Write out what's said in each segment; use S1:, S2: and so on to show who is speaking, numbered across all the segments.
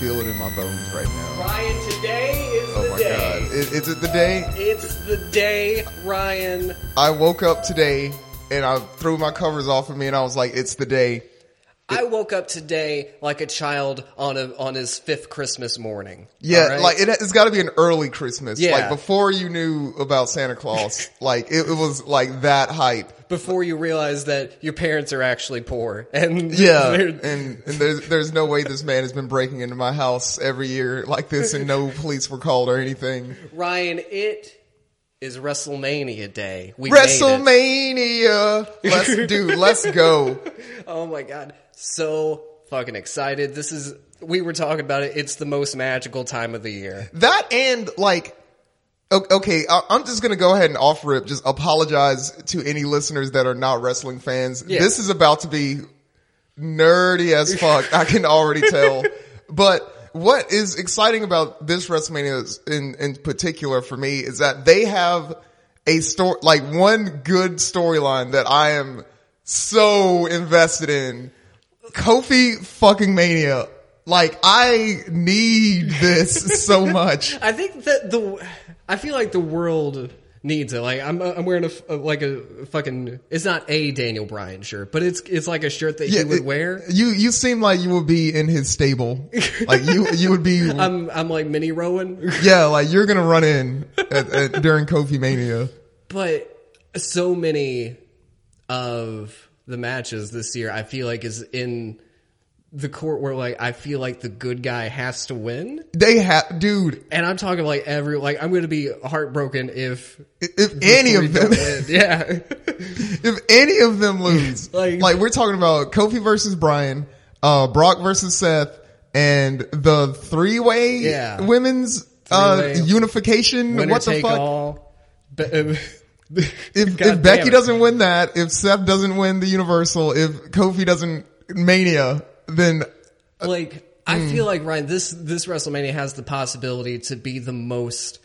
S1: feel it in my bones right now.
S2: Ryan, today is
S1: Oh
S2: the
S1: my
S2: day.
S1: god. Is, is it the day?
S2: It's the day, Ryan.
S1: I woke up today and I threw my covers off of me and I was like, it's the day.
S2: I woke up today like a child on a on his fifth Christmas morning.
S1: Yeah,
S2: All right?
S1: like it, it's got to be an early Christmas.
S2: Yeah.
S1: Like before you knew about Santa Claus, like it, it was like that hype.
S2: before you realize that your parents are actually poor and
S1: and
S2: they're-
S1: and there's there's no way this man has been breaking into my house every year like this and no police were called or anything.
S2: Ryan, it is WrestleMania day. We made it.
S1: WrestleMania, let's do, let's go.
S2: Oh my god, so fucking excited! This is we were talking about it. It's the most magical time of the year.
S1: That and like, o- okay, I- I'm just gonna go ahead and off rip. Just apologize to any listeners that are not wrestling fans.
S2: Yeah.
S1: This is about to be nerdy as fuck. I can already tell. But what is exciting about this WrestleMania is- in in particular for me is that they have a story, like one good storyline that I am so invested in. Kofi fucking Mania. Like I need this so much.
S2: I think that the I feel like the world needs it. Like I'm I'm wearing a f- a- like a fucking it's not a Daniel Bryan shirt, but it's it's like a shirt that you would
S1: it-
S2: wear.
S1: You you seem like you would be in his stable. Like you you would be
S2: I'm I'm like mini Rowan.
S1: yeah, like you're gonna run in at, at, during Kofi Mania.
S2: but so many of the matches this year I feel like is in the court where like I feel like the good guy has to win.
S1: They have, dude.
S2: And I'm talking like every like I'm gonna be heartbroken if
S1: i- If any
S2: we
S1: of
S2: don't
S1: them,
S2: win. Yeah.
S1: if any of them lose,
S2: Like-
S1: like, we're talking about Kofi versus Brian, uh, Brock versus Seth, and the three way
S2: Yeah.
S1: women's uh,
S2: Three-way.
S1: unification.
S2: Winner
S1: what the
S2: take
S1: fuck?
S2: all. Be- um,
S1: if,
S2: God
S1: if Becky
S2: damn it.
S1: doesn't win that, if Seth doesn't win the Universal, if Kofi doesn't Mania, then
S2: like I
S1: Mm.
S2: feel like Ryan, this this WrestleMania has the possibility to be the most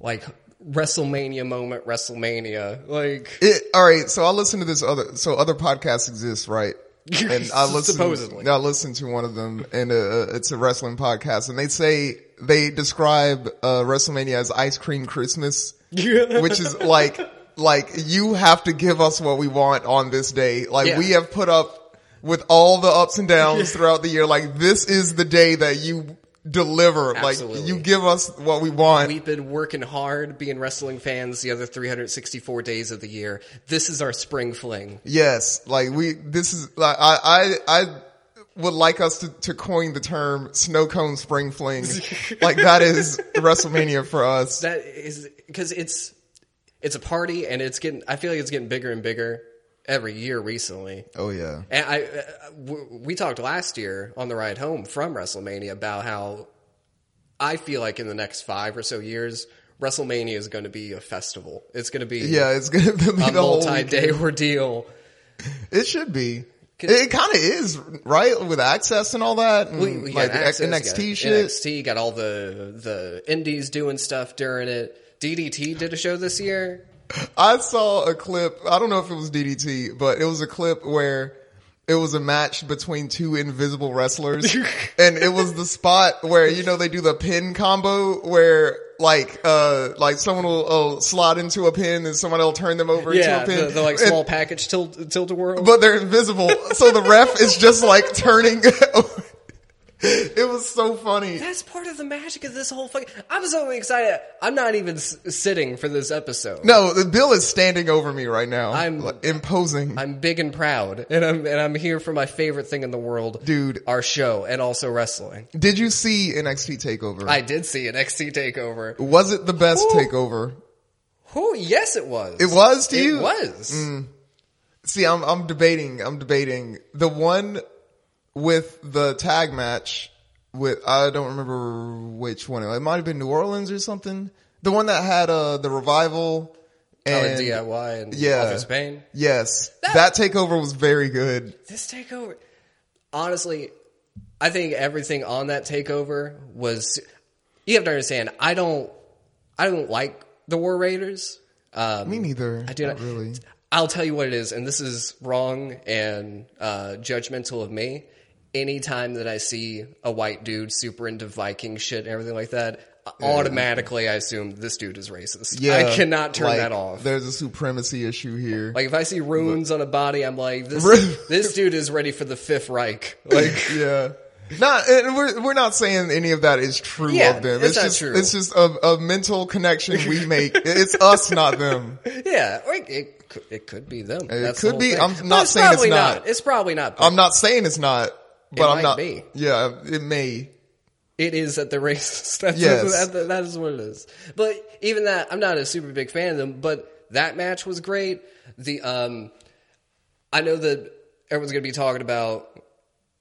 S2: like WrestleMania moment WrestleMania. Like
S1: it. All right, so I listened to this other. So other podcasts exist, right? And I listened.
S2: Supposedly.
S1: I listened to one of them, and uh, it's a wrestling podcast, and they say they describe uh, WrestleMania as ice cream Christmas, which is like like you have to give us what we want on this day. Like
S2: Yeah.
S1: we have put up with all the ups and downs throughout the year. Like this is the day that you deliver.
S2: Absolutely.
S1: Like you give us what we want.
S2: We've been working hard being wrestling fans the other 364 days of the year. This is our spring fling.
S1: Yes, like we. This is like I I I would like us to, to coin the term snow cone spring fling. like that is WrestleMania for us.
S2: That is because it's it's a party and it's getting. I feel like it's getting bigger and bigger every year recently.
S1: Oh yeah,
S2: And I uh, w- we talked last year on the ride home from WrestleMania about how I feel like in the next five or so years. WrestleMania is going to be a festival. It's going to be
S1: yeah. It's gonna be
S2: a
S1: the whole.
S2: multi-day ordeal.
S1: It should be. It, it kind of is right with access and all that, and
S2: We- we got
S1: like the
S2: Access,
S1: NXT
S2: got
S1: shit.
S2: NXT got all the the indies doing stuff during it. DDT did a show this year.
S1: I saw a clip. I don't know if it was DDT, but it was a clip where it was a match between two invisible wrestlers, and it was the spot where you know they do the pin combo where. Like, uh, like someone will uh, slot into a pin and someone will turn them over
S2: Yeah,
S1: into a pin.
S2: the, the like
S1: And-
S2: small package tilt tilt a whirl.
S1: but they're invisible. so the ref is just like turning. it was so funny.
S2: That's part of the magic of this whole fucking. I'm so excited. I'm not even s- sitting for this episode.
S1: No, the Bill is standing over me right now.
S2: I'm-
S1: like, imposing.
S2: I'm big and proud, and I'm and I'm here for my favorite thing in the world,
S1: Dude.
S2: Our show and also wrestling.
S1: Did you see NXT Takeover?
S2: I did see an XT takeover.
S1: Was it the best
S2: Whew.
S1: takeover?
S2: Who? Yes, it was.
S1: It was Mm. to you.
S2: It was.
S1: See, I'm I'm debating. I'm debating the one with the tag match with I don't remember which one. It might have been New Orleans or something. The one that had uh the revival
S2: Oh,
S1: and
S2: and DIY and
S1: yeah.
S2: Office Pain.
S1: Yes, that, takeover was very good.
S2: This takeover, honestly, I think everything on that takeover was. You have to understand. I don't. I don't like the War Raiders. Um,
S1: Me neither.
S2: I do
S1: not
S2: not-
S1: really.
S2: I'll tell you what it is, and this is wrong and uh, judgmental of me. anytime that I see a white dude super into Viking shit and everything like that, automatically I assume this dude is racist. I cannot turn
S1: like,
S2: that off.
S1: There's a supremacy issue here.
S2: Like if I see runes on a body, I'm like, this
S1: Ru-
S2: this dude is ready for the Fifth Reich. Like
S1: yeah. Not, and we're, we're not saying any of that is true
S2: Yeah,
S1: of them.
S2: it's
S1: It's,
S2: not
S1: just,
S2: true.
S1: it's just a, a mental connection we make. it's us, not them.
S2: Yeah, or it, it, could- it could be them. It
S1: could be. I'm not saying it's not.
S2: It's probably not.
S1: I'm not saying it's not, but
S2: It
S1: I'm
S2: might
S1: not.
S2: be.
S1: Yeah, it may.
S2: it is at the racist. That's
S1: Yes.
S2: that- that is what it is. But even that, I'm not a super big fan of them. But that match was great. The um, I know that everyone's going to be talking about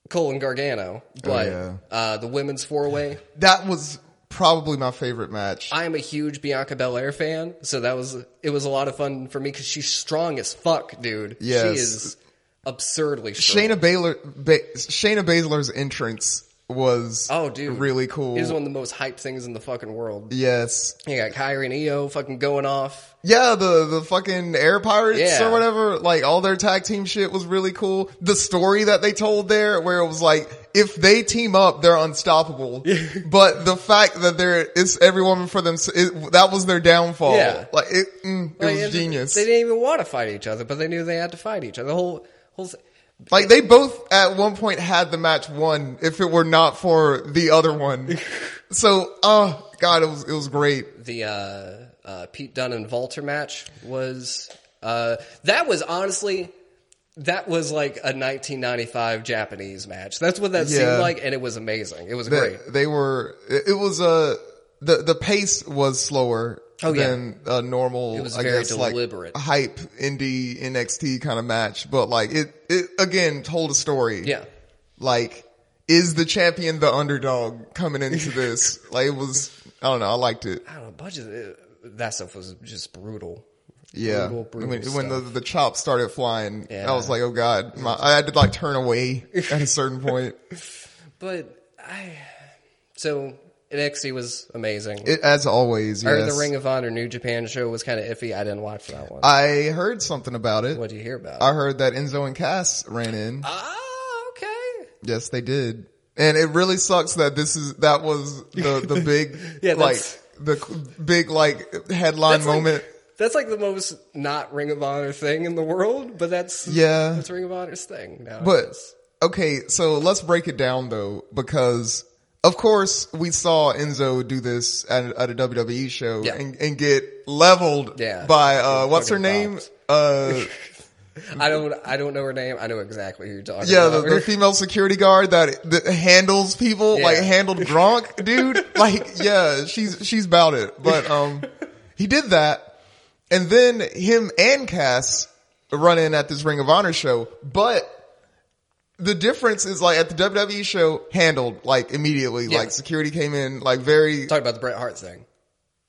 S2: Cole and Gargano, but
S1: Oh, yeah.
S2: uh, the women's four way.
S1: That was probably my favorite match.
S2: I am a huge Bianca Belair fan, so that was it was a lot of fun for me because she's strong as fuck, dude.
S1: Yes.
S2: She is absurdly strong.
S1: Shayna Baylor, ba- Shayna Baszler's entrance was
S2: Oh, dude.
S1: really cool.
S2: It was one of the most hyped things in the fucking world.
S1: yes,
S2: You got Kyrie and EO fucking going off.
S1: yeah, the the fucking Air Pirates
S2: Yeah.
S1: or whatever, like all their tag team shit was really cool. The story that they told there, where it was like if they team up, they're unstoppable. but the fact that they're it's every woman for them, it, that was their downfall.
S2: Yeah.
S1: Like it, mm, it
S2: Like,
S1: was
S2: and
S1: genius.
S2: They didn't even want to fight each other, but they knew they had to fight each other. The whole whole th-
S1: Like they both at one point had the match won if it were not for the other one. so, oh god, it was it was great.
S2: the uh, uh, Pete Dunne and Walter match was uh, that was honestly that was like a 1995 Japanese match. That's what that
S1: Yeah.
S2: seemed like, and it was amazing. It was
S1: They,
S2: great.
S1: they were it it was uh, the the pace was slower
S2: Oh, yeah.
S1: than a normal
S2: was
S1: I
S2: very
S1: guess
S2: deliberate.
S1: like hype indie NXT kind of match, but like it it again told a story.
S2: Yeah.
S1: Like is the champion the underdog coming into this? like it was I don't know, I liked it.
S2: I don't know. Budget it, that stuff was just brutal.
S1: Yeah,
S2: Brutal, brutal
S1: when, when the the chops started flying,
S2: Yeah.
S1: I was like, "Oh God!" My, I had to like turn away at a certain point.
S2: But I so NXT was amazing.
S1: It, as always,
S2: I heard
S1: yes.
S2: the Ring of Honor New Japan show was kind of iffy. I didn't watch that one.
S1: I heard something about it.
S2: what do you hear about?
S1: I heard that Enzo and Cass ran in.
S2: Ah, okay.
S1: yes, they did, and it really sucks that this is that was the the big
S2: Yeah,
S1: like
S2: that's-
S1: the c- big like headline moment.
S2: Like, that's like the most not Ring of Honor thing in the world, but that's
S1: yeah,
S2: that's Ring of Honor's thing. Now.
S1: But okay, so let's break it down though, because of course we saw Enzo do this at, at a WWE show
S2: Yeah.
S1: and, and get leveled
S2: Yeah.
S1: by uh, what's her
S2: fucking
S1: name?
S2: bopped.
S1: Uh,
S2: I don't I don't know her name. I know exactly who you're talking
S1: yeah, the,
S2: about.
S1: the female security guard that, that handles people,
S2: Yeah.
S1: like handled Gronk, dude. like, yeah, she's she's about it. But um, he did that, and then him and Cass run in at this Ring of Honor show, but. the difference is like at the WWE show handled like immediately.
S2: Yeah.
S1: Like security came in like very.
S2: Talking about the Bret Hart thing.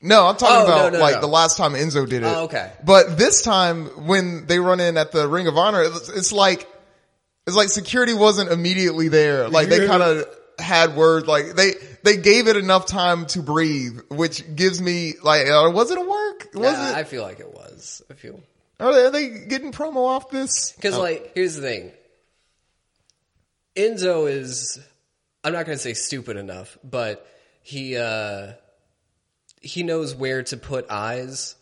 S1: No, I'm talking
S2: Oh, no,
S1: about
S2: no,
S1: like
S2: no.
S1: the last time Enzo did it.
S2: Oh, okay.
S1: But this time when they run in at the Ring of Honor, it's, it's like it's like security wasn't immediately there. Like they kind of had word. Like they they gave it enough time to breathe, which gives me like uh, was it a work? Was
S2: Nah,
S1: it?
S2: I feel like it was. I feel
S1: Are they, are they getting promo off this?
S2: because like here's the thing. Enzo is I'm not gonna say stupid enough, but he uh he knows where to put eyes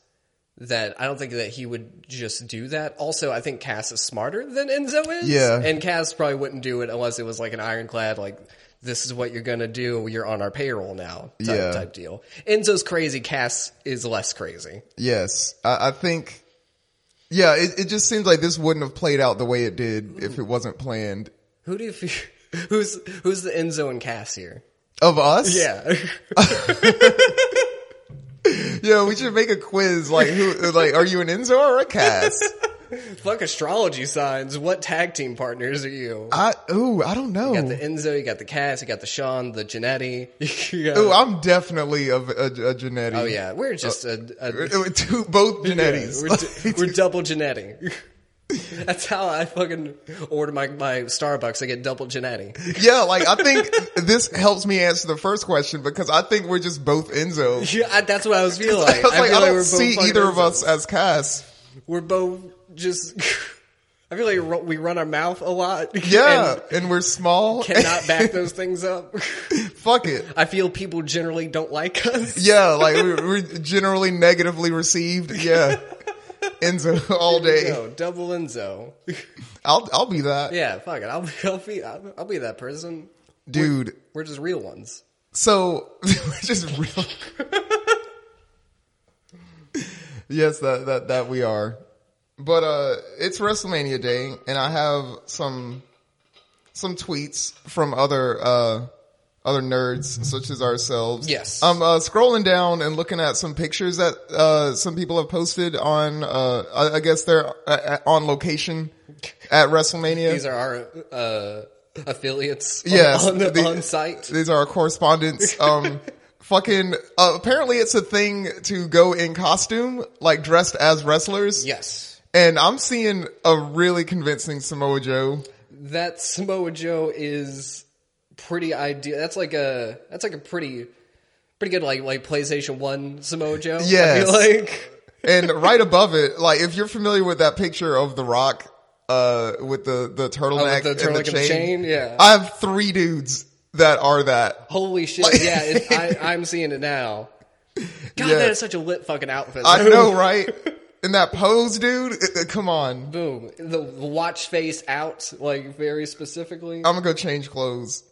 S2: that I don't think that he would just do that. Also, I think Cass is smarter than Enzo is.
S1: Yeah.
S2: And Cass probably wouldn't do it unless it was like an ironclad, like, this is what you're going to do. You're on our payroll now type,
S1: Yeah.
S2: type deal. Enzo's crazy. Cass is less crazy.
S1: Yes, I, I think. Yeah, it, it just seems like this wouldn't have played out the way it did if it wasn't planned.
S2: Who do you feel? Who's, who's the Enzo and Cass here?
S1: Of us,
S2: Yeah.
S1: yeah, we should make a quiz like who, like are you an Enzo or a Cass?
S2: Fuck astrology signs. What tag team partners are you?
S1: I ooh, I don't
S2: You got
S1: know.
S2: the Enzo, you got the Cass, you got the Sean, the Janetti. You got-
S1: Ooh, I'm definitely of a, a Genetti. Uh,
S2: oh yeah, we're just a, a
S1: Two, both Genettis.
S2: Yeah, we're, we're double Genetti. That's how I fucking order my, my Starbucks. I get double Genetti.
S1: yeah, like I think this helps me answer the first question because I think we're just both Enzo.
S2: Yeah, I, that's what I was feeling like.
S1: I was like,
S2: feel
S1: I
S2: we're
S1: don't
S2: both
S1: see
S2: fucking
S1: either of
S2: Enzo.
S1: us as Cass.
S2: We're both just. I feel like ru- we run our mouth a lot.
S1: Yeah,
S2: and
S1: and, we're small.
S2: cannot back those things up.
S1: Fuck it.
S2: I feel people generally don't like us.
S1: Yeah, like we- we're generally negatively received. Yeah, Enzo all day.
S2: No, double Enzo.
S1: I'll I'll be that
S2: Yeah, fuck it. I'll, I'll be I'll, I'll be that person.
S1: dude.
S2: We're just real ones.
S1: So just real. yes, that that that we are. But uh it's WrestleMania day and I have some some tweets from other uh other nerds such as ourselves.
S2: Yes.
S1: I'm uh, scrolling down and looking at some pictures that uh some people have posted on uh I, I guess they're uh, on location at WrestleMania.
S2: These are our uh, affiliates. on-
S1: Yes,
S2: on, the,
S1: the-
S2: on site.
S1: These are our correspondents. Um, fucking. Uh, apparently, it's a thing to go in costume, like dressed as wrestlers.
S2: Yes,
S1: And I'm seeing a really convincing Samoa Joe.
S2: that Samoa Joe is pretty ideal. That's like a that's like a pretty pretty good like like PlayStation One Samoa Joe.
S1: Yes.
S2: I feel like
S1: And right above it, like if you're familiar with that picture of The Rock, uh, with the the turtleneck,
S2: Oh, the turtleneck
S1: and, the
S2: and the
S1: chain,
S2: chain, yeah.
S1: I have three dudes that are that.
S2: holy shit. yeah, it, I, I'm seeing it now. God,
S1: Yeah.
S2: that is such a lit fucking outfit.
S1: I know, right? And that pose, dude. uh, uh, Come on,
S2: Boom. The, the watch face out, like very specifically.
S1: I'm gonna go change clothes.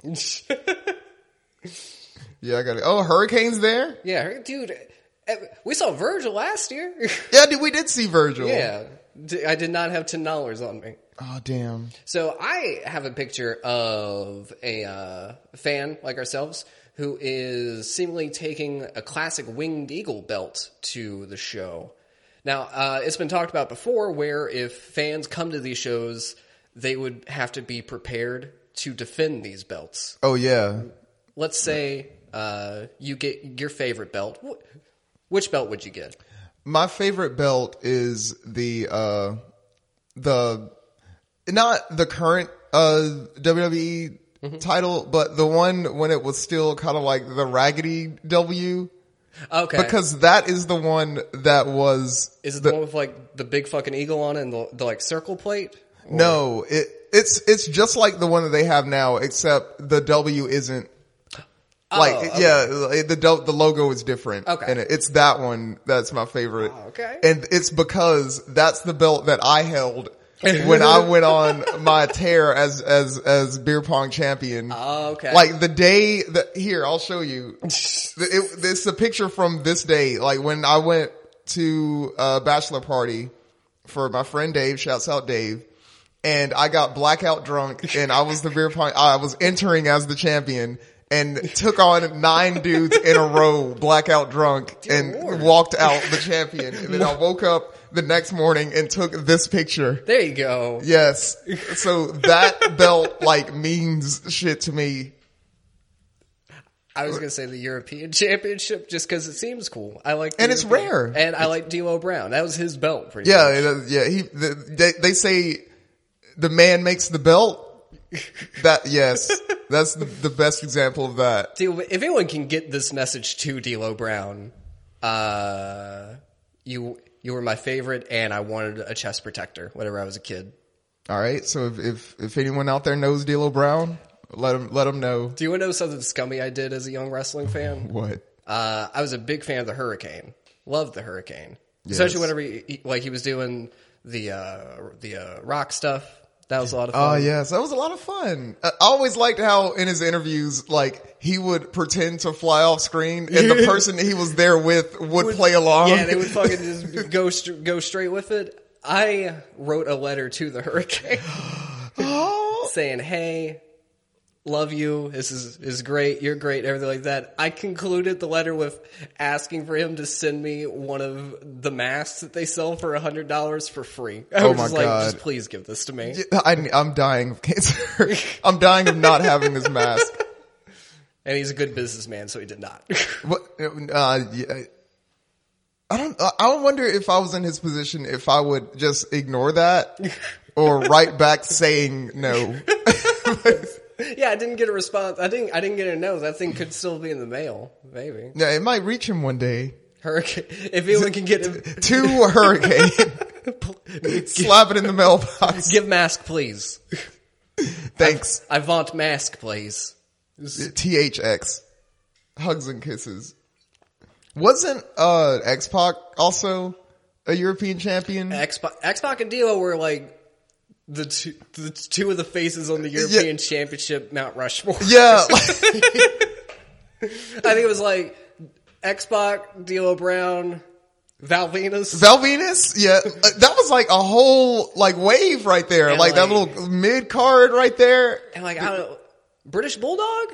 S1: Yeah, I got it. Oh, Hurricane's there.
S2: yeah, her- dude. eh, We saw Virgil last year.
S1: Yeah, dude, we did see Virgil.
S2: yeah. D- I did not have ten dollars on me.
S1: Oh damn.
S2: So I have a picture of a uh, fan like ourselves who is seemingly taking a classic winged eagle belt to the show. Now uh, it's been talked about before, where if fans come to these shows, they would have to be prepared to defend these belts.
S1: Oh yeah.
S2: Let's say uh, you get your favorite belt. Wh- Which belt would you get?
S1: My favorite belt is the uh the not the current uh WWE title, but the one when it was still kind of like the raggedy W
S2: Okay,
S1: because that is the one that was
S2: is it the one with like the big fucking eagle on it and the, the like circle plate?
S1: no, it it's it's just like the one that they have now except the W isn't like
S2: Oh, okay.
S1: yeah, the del- the logo is different.
S2: Okay. Oh,
S1: and it- it's that one that's my favorite.
S2: okay.
S1: and it's because that's the belt that I held when I went on my tear as as as beer pong champion.
S2: Oh, okay.
S1: Like the day that here, I'll show you. it, it's a picture from this day, like when I went to a bachelor party for my friend Dave. Shouts out Dave. And I got blackout drunk, and I was the beer pong. I was entering as the champion, and took on nine dudes in a row, blackout drunk, and
S2: Lord.
S1: walked out the champion. And then I woke up the next morning and took this picture.
S2: There you go.
S1: Yes. So that belt like means shit to me.
S2: I was gonna say the European Championship just because it seems cool. I like, the
S1: And it's
S2: European-
S1: rare.
S2: and I like D'Lo Brown. That was his belt, pretty
S1: Yeah,
S2: much.
S1: it is- yeah. He the, they, they say the man makes the belt. That yes, that's the, the best example of that.
S2: See, if anyone can get this message to D'Lo Brown, uh, you you were my favorite, and I wanted a chest protector whenever I was a kid.
S1: All right. So if if, if anyone out there knows D'Lo Brown, let him let him know
S2: Do you want to know something scummy I did as a young wrestling fan?
S1: what.
S2: Uh, I was a big fan of the Hurricane. Loved the Hurricane, especially whenever he, he- like he was doing the uh, the uh, rock stuff. That was a lot of fun.
S1: Oh yes, that was a lot of fun. I always liked how in his interviews, like he would pretend to fly off screen, and the person he was there with would, play along.
S2: Yeah, they would fucking just go st- go straight with it. I wrote a letter to the hurricane
S1: Oh,
S2: saying, "Hey, love you. This is is great. You're great. Everything like that." I concluded the letter with asking for him to send me one of the masks that they sell for hundred dollars for free. I
S1: Oh
S2: was
S1: my
S2: just like,
S1: God.
S2: "Just please give this to me."
S1: I, I'm dying of cancer. I'm dying of not having this mask.
S2: And he's a good businessman, so he did not.
S1: What? Uh, yeah. I don't. I wonder if I was in his position, if I would just ignore that or write back saying no.
S2: yeah, I didn't get a response. I didn't. I didn't get a no. That thing could still be in the mail, maybe.
S1: Yeah, it might reach him one day.
S2: Hurricane. If anyone can get him.
S1: To a hurricane. Slap it in the mailbox.
S2: Give mask, please.
S1: Thanks.
S2: I want mask, please.
S1: THX. Hugs and kisses. Wasn't uh X Pac also a European champion?
S2: X Pac and Dio were like the two, the two of the faces on the European Championship Mount Rushmore.
S1: yeah.
S2: I think it was like X Pac, D'Lo Brown, Val Venus.
S1: Val Venus? Yeah. Uh, That was like a whole like wave right there.
S2: And,
S1: like, that
S2: like-
S1: little mid card right there.
S2: And like I don't know, British Bulldog,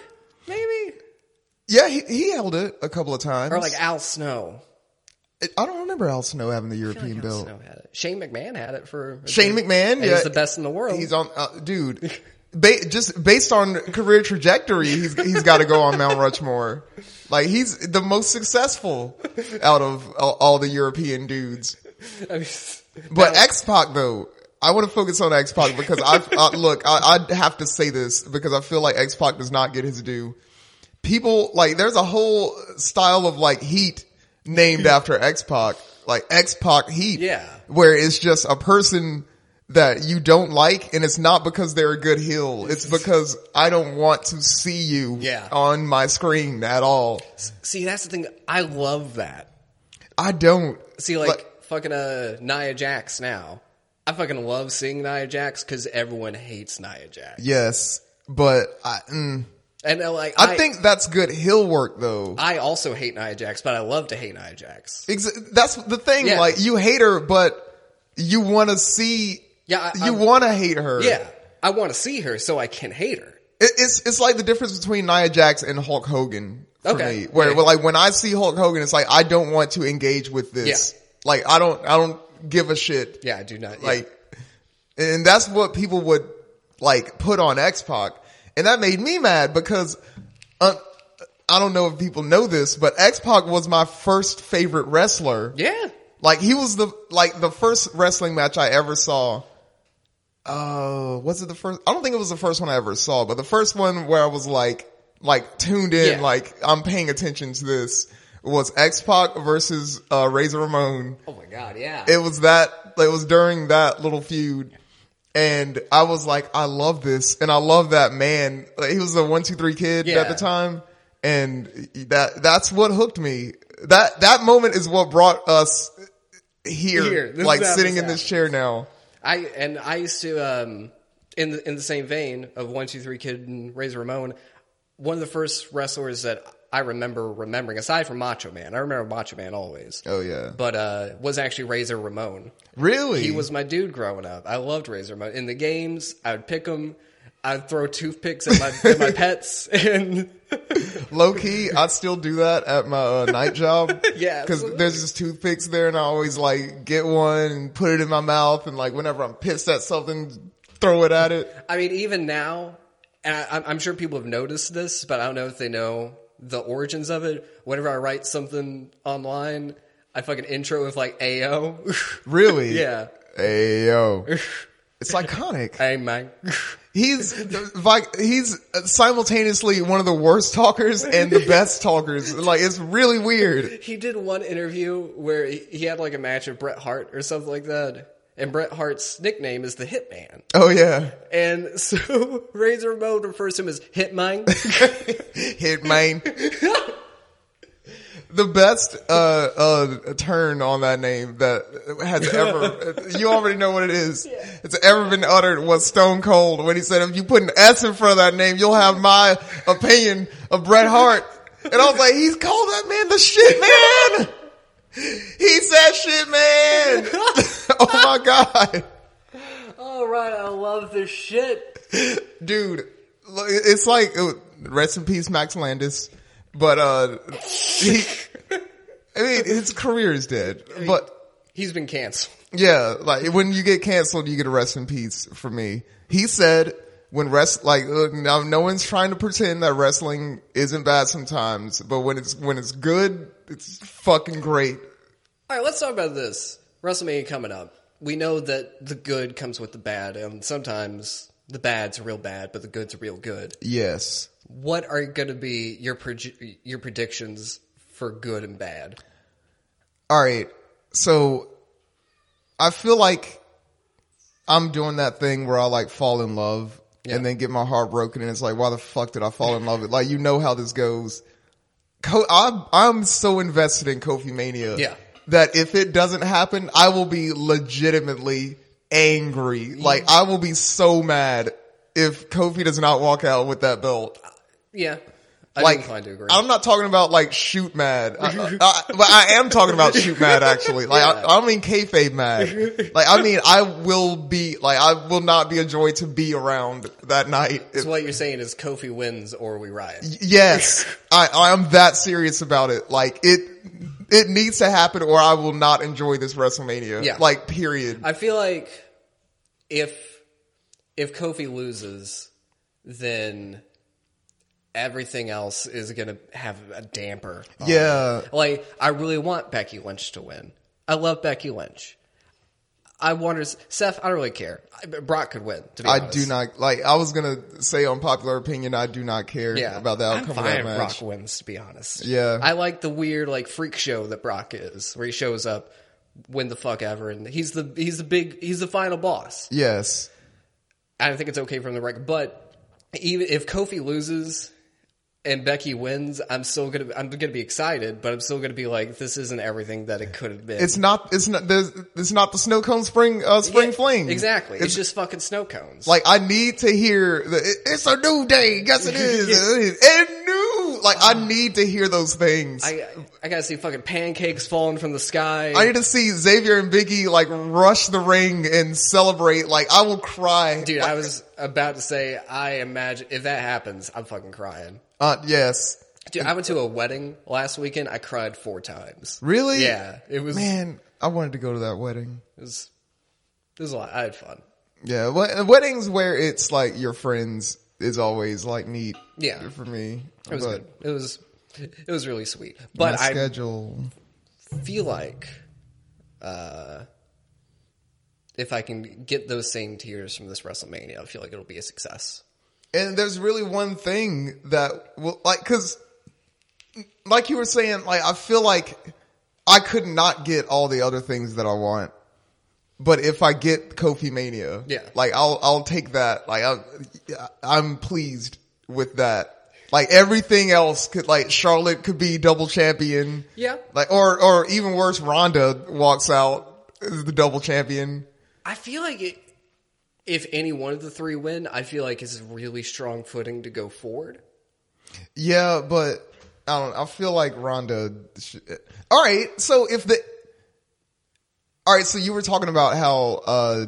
S2: maybe,
S1: Yeah, he, he held it a couple of times.
S2: or like Al Snow.
S1: I don't remember Al Snow having the
S2: I feel
S1: European
S2: like Al
S1: belt.
S2: Snow had it. Shane McMahon had it for
S1: Shane McMahon,
S2: And
S1: yeah.
S2: He's the best in the world.
S1: He's on, uh, dude. Ba- just based on career trajectory, he's he's got to go on Mount Rushmore. Like he's the most successful out of all, all the European dudes.
S2: I mean,
S1: But X Pac though, I want to focus on X Pac because I, I look, I, I have to say this because I feel like X Pac does not get his due. People like there's a whole style of like heat named after X Pac, like X Pac heat.
S2: Yeah.
S1: where it's just a person that you don't like, and it's not because they're a good heel. It's because I don't want to see you
S2: Yeah.
S1: on my screen at all.
S2: see, that's the thing. I love that.
S1: I don't
S2: See, like, fucking uh, Nia Jax now. I fucking love seeing Nia Jax because everyone hates Nia Jax.
S1: Yes, but I. Mm,
S2: And uh, like,
S1: I, think that's good hill work though.
S2: I also hate Nia Jax, but I love to hate Nia Jax.
S1: Ex- that's the thing.
S2: Yeah.
S1: Like you hate her, but you want to see.
S2: Yeah, I-
S1: you
S2: I-
S1: want to hate her.
S2: Yeah, I want to see her so I can hate her.
S1: It, it's it's like the difference between Nia Jax and Hulk Hogan for
S2: Okay.
S1: me. Where
S2: Yeah.
S1: where, like when I see Hulk Hogan, it's like I don't want to engage with this.
S2: Yeah.
S1: Like I don't I don't give a shit.
S2: Yeah, I do not yeah.
S1: Like, and that's what people would like put on X Pac, and that made me mad because uh, I don't know if people know this, but X Pac was my first favorite wrestler.
S2: Yeah,
S1: Like he was the like the first wrestling match I ever saw. Oh, was it the first? I don't think it was the first one I ever saw, but the first one where I was like, like tuned in,
S2: Yeah.
S1: like I'm paying attention to this was X Pac versus uh, Razor Ramon
S2: Oh my god, yeah.
S1: it was that it was during that little feud and i was like i love this and i love that man Like, he was a one two three kid at
S2: Yeah.
S1: the time and that that's what hooked me that that moment is what brought us here,
S2: Here. This
S1: like
S2: is how
S1: sitting
S2: this
S1: in this chair now
S2: I and I used to um in the, in the same vein of one two three kid and Razor Ramon. One of the first wrestlers that I remember remembering, aside from Macho Man, I remember Macho Man always.
S1: oh yeah
S2: but uh, was actually Razor Ramon.
S1: really
S2: He was my dude growing up. I loved Razor Ramon. In the games, I would pick him. I'd throw toothpicks at my, at my pets, and
S1: low key i still do that at my uh, night job
S2: Yeah,
S1: because there's just toothpicks there and i always like get one and put it in my mouth and like whenever i'm pissed at something throw it at it
S2: I mean, even now, and I, I'm- I'm sure people have noticed this, but I don't know if they know the origins of it. Whenever I write something online, I fucking intro with like "Ao,"
S1: Really?
S2: yeah,
S1: Ayo. It's iconic.
S2: "Hey man,"
S1: He's vi- he's simultaneously one of the worst talkers and the best talkers. Like it's really weird.
S2: He did one interview where he- he had like a match with Bret Hart or something like that, and Bret Hart's nickname is the Hitman.
S1: Oh yeah.
S2: And so Razor Ramon refers to him as Hitman.
S1: Hitman. The best uh, uh, turn on that name that has ever, you already know what it is. It's ever been uttered was Stone Cold when he said, if you put an S in front of that name, you'll have my opinion of Bret Hart. And I was like, he's called that man the shit man. He said shit man. oh my God.
S2: All right, I love this shit.
S1: Dude, look, it's like, uh, rest in peace, Max Landis. But, uh, he, I mean, his career is dead. But
S2: He's been canceled.
S1: yeah, like when you get canceled, you get a rest in peace for me. He said when rest, like look, now no one's trying to pretend that wrestling isn't bad sometimes, but when it's, when it's good, it's fucking great.
S2: All right, let's talk about this. WrestleMania coming up. We know that the good comes with the bad, and sometimes the bad's real bad, but the good's real good.
S1: Yes.
S2: What are going to be your proj- your predictions for good and bad?
S1: All right. So I feel like I'm doing that thing where I like fall in love
S2: Yeah.
S1: and then get my heart broken and it's like, why the fuck did I fall in love? like, you know how this goes. Co- I'm, I'm so invested in Kofi Mania
S2: Yeah.
S1: that if it doesn't happen, I will be legitimately angry. Like, I will be so mad if Kofi does not walk out with that belt.
S2: Yeah. I'm
S1: Like,
S2: inclined to agree.
S1: I'm not talking about like shoot mad, I, I- I- but I am talking about shoot mad actually. Like I, I don't mean kayfabe mad. Like I mean I will be like I will not be a joy to be around that night. If-
S2: so what you're saying is Kofi wins or we riot.
S1: yes, I I am that serious about it. Like it it needs to happen or I will not enjoy this WrestleMania.
S2: Yeah.
S1: Like period.
S2: I feel like if if Kofi loses, then everything else is gonna have a damper. on it.
S1: yeah.
S2: Like I really want Becky Lynch to win. I love Becky Lynch. I want her. Seth, I don't really care. I- Brock could win. To be
S1: I
S2: honest.
S1: do not like. I was gonna say unpopular opinion. I do not care
S2: Yeah,
S1: about the outcome
S2: I'm
S1: of
S2: fine
S1: that
S2: if
S1: match.
S2: Brock wins, to be honest.
S1: Yeah.
S2: I like the weird like freak show that Brock is, where he shows up when the fuck ever, and he's the he's the big he's the final boss.
S1: Yes.
S2: I don't think it's okay from the record, but even if Kofi loses and Becky wins, I'm still gonna I'm gonna be excited, but I'm still gonna be like, this isn't everything that it could have been.
S1: It's not. It's not. There's, it's not the snow cone spring. Uh, spring
S2: Yeah,
S1: fling.
S2: Exactly. It's,
S1: It's,
S2: just fucking snow cones.
S1: like I need to hear. The, "It- it's a new day. Yes, it is. and new. Like I need to hear those things. I,
S2: I I gotta see fucking pancakes falling from the sky.
S1: need to see Xavier and Biggie like rush the ring and celebrate. Like I will cry.
S2: Dude,
S1: Like,
S2: I was about to say, I imagine if that happens, I'm fucking crying.
S1: uh, yes.
S2: Dude, I went to a wedding last weekend. I cried four times.
S1: Really?
S2: Yeah, it was.
S1: Man, I wanted to go to that wedding.
S2: It was. It was a lot. I had fun.
S1: Yeah, wed- weddings where it's like your friends is always like neat.
S2: Yeah.
S1: for me.
S2: It was
S1: but
S2: good. It was. It was really sweet.
S1: my
S2: But I
S1: schedule.
S2: feel like, uh, if I can get those same tears from this WrestleMania, I feel like it'll be a success.
S1: And there's really one thing that will like cuz like you were saying like I feel like I could not get all the other things that I want. But if I get Kofi Mania,
S2: Yeah.
S1: like I'll I'll take that. Like I I'm pleased with that. Like everything else could like Charlotte could be double champion.
S2: Yeah.
S1: Like or or even worse Ronda walks out as the double champion.
S2: I feel like it, if any one of the three win, I feel like it's a really strong footing to go forward.
S1: Yeah, but I don't. I feel like Ronda. Sh- all right, so if the all right, so you were talking about how uh,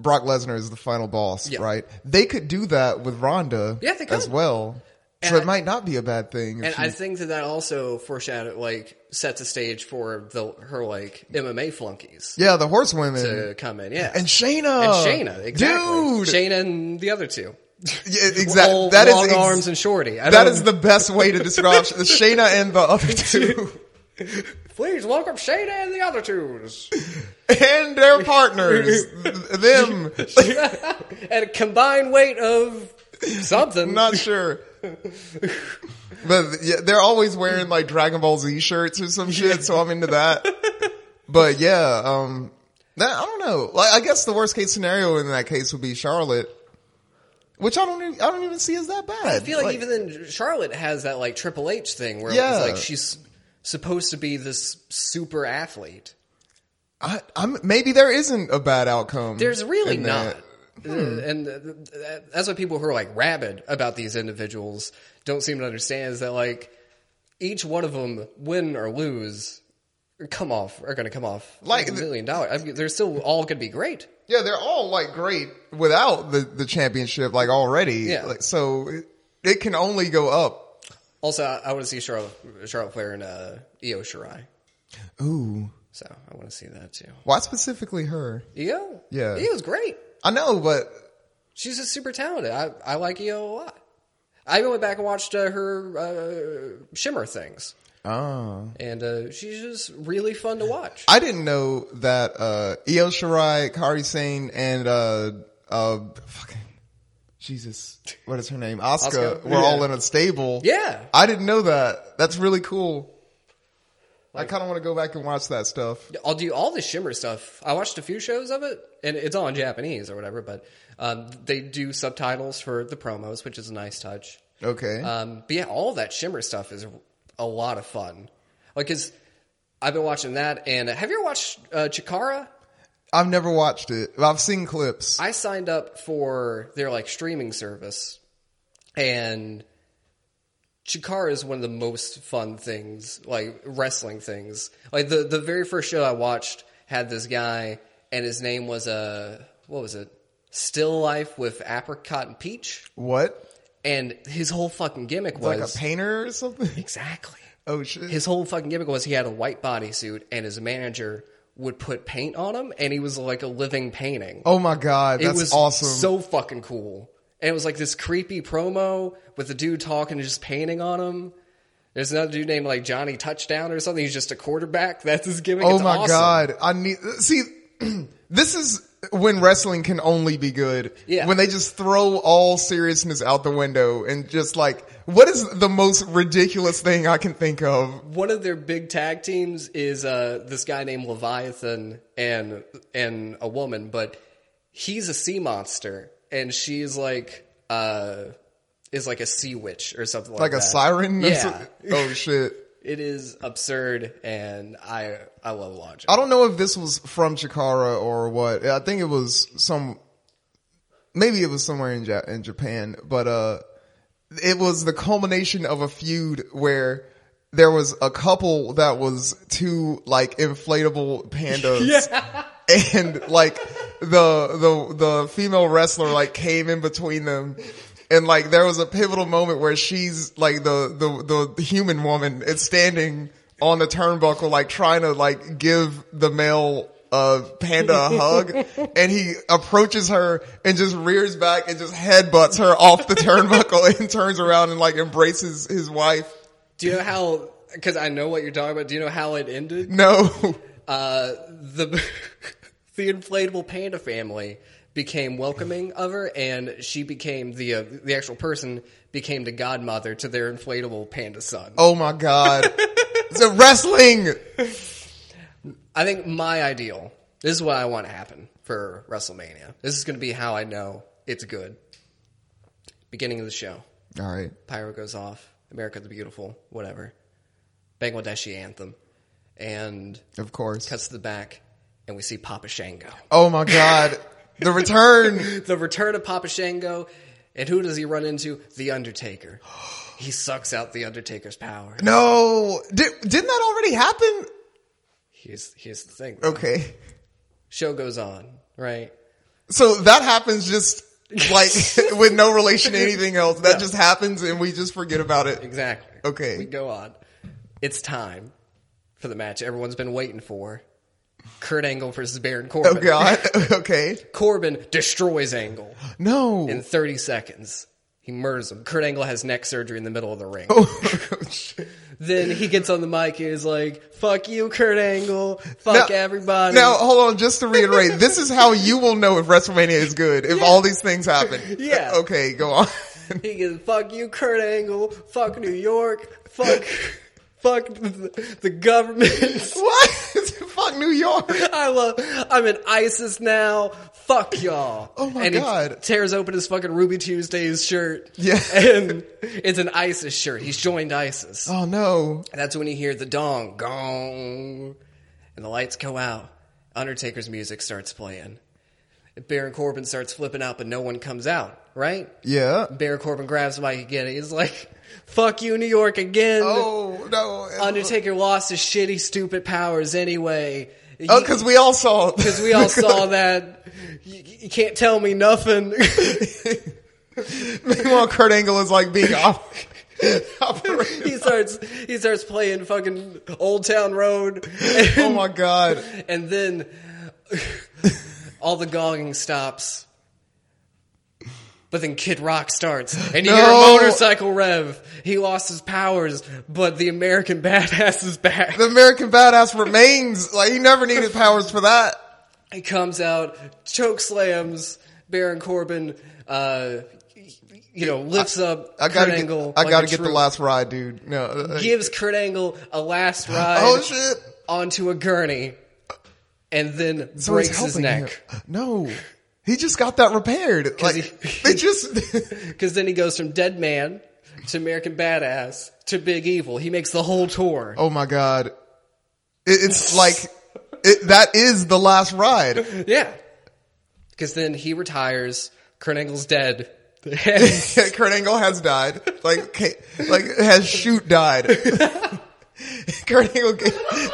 S1: Brock Lesnar is the final boss,
S2: Yeah.
S1: right? They could do that with Ronda,
S2: Yeah, they could.
S1: as well.
S2: And
S1: so
S2: I-
S1: it might not be a bad thing. if
S2: And
S1: she-
S2: I think that that also foreshadow, like, sets a stage for the her like MMA flunkies
S1: yeah, the horsewomen
S2: to come in. Yeah,
S1: Mm-hmm. and Shayna
S2: And Shayna, exactly.
S1: dude,
S2: Shayna and the other two.
S1: exactly.
S2: Old
S1: That is
S2: long
S1: ex-
S2: arms and shorty. I
S1: that
S2: don't-
S1: is the best way to describe Sh- Shayna and the other two
S2: please welcome Shayna and the other twos.
S1: and their partners, them.
S2: At a combined weight of something.
S1: I'm not sure. but yeah, they're always wearing like Dragon Ball Z shirts or some shit, so I'm into that. But yeah, um, that, I don't know. Like, I guess the worst case scenario in that case would be Charlotte, which I don't, even, I don't even see as that bad.
S2: I feel like, even then, Charlotte has that like Triple H thing where
S1: Yeah.
S2: it's like she's supposed to be this super athlete.
S1: I, I'm, maybe there isn't a bad outcome.
S2: There's really
S1: in
S2: not.
S1: that.
S2: Uh, And th- th- that's what people who are like rabid about these individuals don't seem to understand is that like each one of them, win or lose, come off are going to come off
S1: Like,
S2: like a million dollars. I mean, they're still all going to be great.
S1: Yeah, they're all like great without the the championship, like already.
S2: Yeah.
S1: Like, so it, it can only go up.
S2: Also, I, I want to see Charlotte, Charlotte Flair and uh, Io Shirai,
S1: Ooh,
S2: so I want to see that too.
S1: why specifically her?
S2: Io,
S1: Yeah.
S2: Io's great.
S1: I know, but
S2: She's just super talented. I, I like Io a lot. I even went back and watched uh, her uh, Shimmer things.
S1: Oh.
S2: and uh, she's just really fun to watch.
S1: I didn't know that uh Io Shirai, Kari Sane, and uh uh fucking Jesus, what is her name? Asuka,
S2: Asuka?
S1: were all
S2: Yeah.
S1: in a stable.
S2: Yeah.
S1: I didn't know that. That's really cool. I kind of want to go back and watch that stuff.
S2: I'll do all the Shimmer stuff. I watched a few shows of it, and it's all in Japanese or whatever. But um, they do subtitles for the promos, which is a nice touch.
S1: Okay.
S2: Um, but yeah, all that Shimmer stuff is a lot of fun. Like, cause I've been watching that, and have you ever watched uh, Chikara?
S1: I've never watched it. but I've seen clips.
S2: I signed up for their like streaming service, and Chikara is one of the most fun things, like wrestling things. Like the the very first show I watched had this guy, and his name was uh, what was it? Still Life with Apricot and Peach,
S1: what?
S2: and his whole fucking gimmick
S1: Like
S2: was
S1: a painter or something?
S2: exactly
S1: Oh shit.
S2: his whole fucking gimmick was he had a white bodysuit, and his manager would put paint on him, and he was like a living painting.
S1: oh my god,
S2: It
S1: that's
S2: was
S1: awesome.
S2: So fucking cool. And it was like this creepy promo with the dude talking and just painting on him. There's another dude named like Johnny Touchdown or something. He's just a quarterback. That's his gimmick.
S1: oh
S2: It's
S1: my
S2: awesome.
S1: god. I need See, this is when wrestling can only be good.
S2: Yeah.
S1: When they just throw all seriousness out the window and just like, what is the most ridiculous thing I can think of?
S2: One of their big tag teams is uh, this guy named Leviathan and and a woman, but he's a sea monster and she's like uh, is like a sea witch or something like,
S1: Like a
S2: that.
S1: siren? Or
S2: Yeah.
S1: something? Oh shit.
S2: It is absurd, and I I love watching.
S1: I don't know if this was from Chikara or what. I think it was some, maybe it was somewhere in, ja- in Japan, but, uh, it was the culmination of a feud where there was a couple that was two, like, inflatable pandas. And, like, the, the, the female wrestler, like, came in between them. And like there was a pivotal moment where she's like the, the, the human woman is standing on the turnbuckle, like trying to like give the male uh, panda a hug, and he approaches her and just rears back and just headbutts her off the turnbuckle and turns around and like embraces his wife.
S2: Do you know how? Because I know what you're talking about. Do you know how it ended?
S1: No,
S2: Uh, the the inflatable panda family became welcoming of her, and she became the uh, the actual person became the godmother to their inflatable panda son.
S1: oh my god, it's a wrestling.
S2: I think my ideal. This is what I want to happen for WrestleMania. This is going to be how I know it's good. Beginning of the show.
S1: All right,
S2: Pyro goes off. America the Beautiful, whatever. Bangladeshi anthem. And
S1: of course.
S2: cuts to the back, and we see Papa Shango.
S1: Oh my god, the return.
S2: The return of Papa Shango, and who does he run into? The Undertaker. He sucks out the Undertaker's power.
S1: No, Did, didn't that already happen?
S2: Here's, here's the thing. though.
S1: Okay,
S2: Show goes on, right?
S1: so that happens just. like with no relation to anything else, that just happens and we just forget about it.
S2: Exactly.
S1: Okay.
S2: We go on. It's time for the match everyone's been waiting for. Kurt Angle versus Baron
S1: Oh
S2: Corbin.
S1: God. okay.
S2: Corbin destroys Angle.
S1: No.
S2: in 30 seconds. He murders him. Kurt Angle has neck surgery in the middle of the ring.
S1: Oh,
S2: Then he gets on the mic and is like, fuck you, Kurt Angle. Fuck everybody.
S1: Now hold on, just to reiterate, this is how you will know if WrestleMania is good if all these things happen. Uh,
S2: Yeah.
S1: Okay, go on.
S2: He goes, fuck you, Kurt Angle. Fuck New York. Fuck, fuck the, the government.
S1: what? Fuck New York.
S2: I love, I'm in ISIS now. Fuck y'all.
S1: Oh my
S2: and he
S1: God.
S2: tears open his fucking Ruby Tuesdays shirt.
S1: Yeah.
S2: And it's an ISIS shirt. He's joined ISIS.
S1: Oh no.
S2: And that's when you hear the dong gong and the lights go out. Undertaker's music starts playing. Baron Corbin starts flipping out, but no one comes out, right?
S1: Yeah.
S2: Baron Corbin grabs the mic again. He's like, fuck you, New York again.
S1: Oh no.
S2: Undertaker lost his shitty, stupid powers anyway.
S1: Oh, because we all saw.
S2: Because we all saw that. You, you can't tell me nothing.
S1: Meanwhile, Kurt Angle is like being off.
S2: he starts he starts playing fucking Old Town Road.
S1: oh my God.
S2: And then all the gonging stops. But then Kid Rock starts, and you hear a
S1: No.
S2: motorcycle rev. He lost his powers, but the American badass is back.
S1: The American Badass remains. Like he never needed powers for that.
S2: He comes out, choke slams Baron Corbin, uh, you know, lifts up
S1: I gotta
S2: Kurt
S1: get,
S2: Angle.
S1: I
S2: like
S1: gotta
S2: a
S1: get the
S2: true-
S1: last ride, dude. No, uh,
S2: Gives Kurt Angle a last ride
S1: oh shit!
S2: onto a gurney, and then
S1: Someone's
S2: breaks his
S1: helping
S2: neck.
S1: him. No, he just got that repaired. Like
S2: he-
S1: they just
S2: Because then he goes from dead man to American badass to big evil. He makes the whole tour.
S1: Oh my god. It, it's like it, that is the last ride.
S2: Yeah. Because then he retires. Kurt Angle's dead. And
S1: Kurt Angle has died. Like ca- like has shoot died. Kurt Angle ga-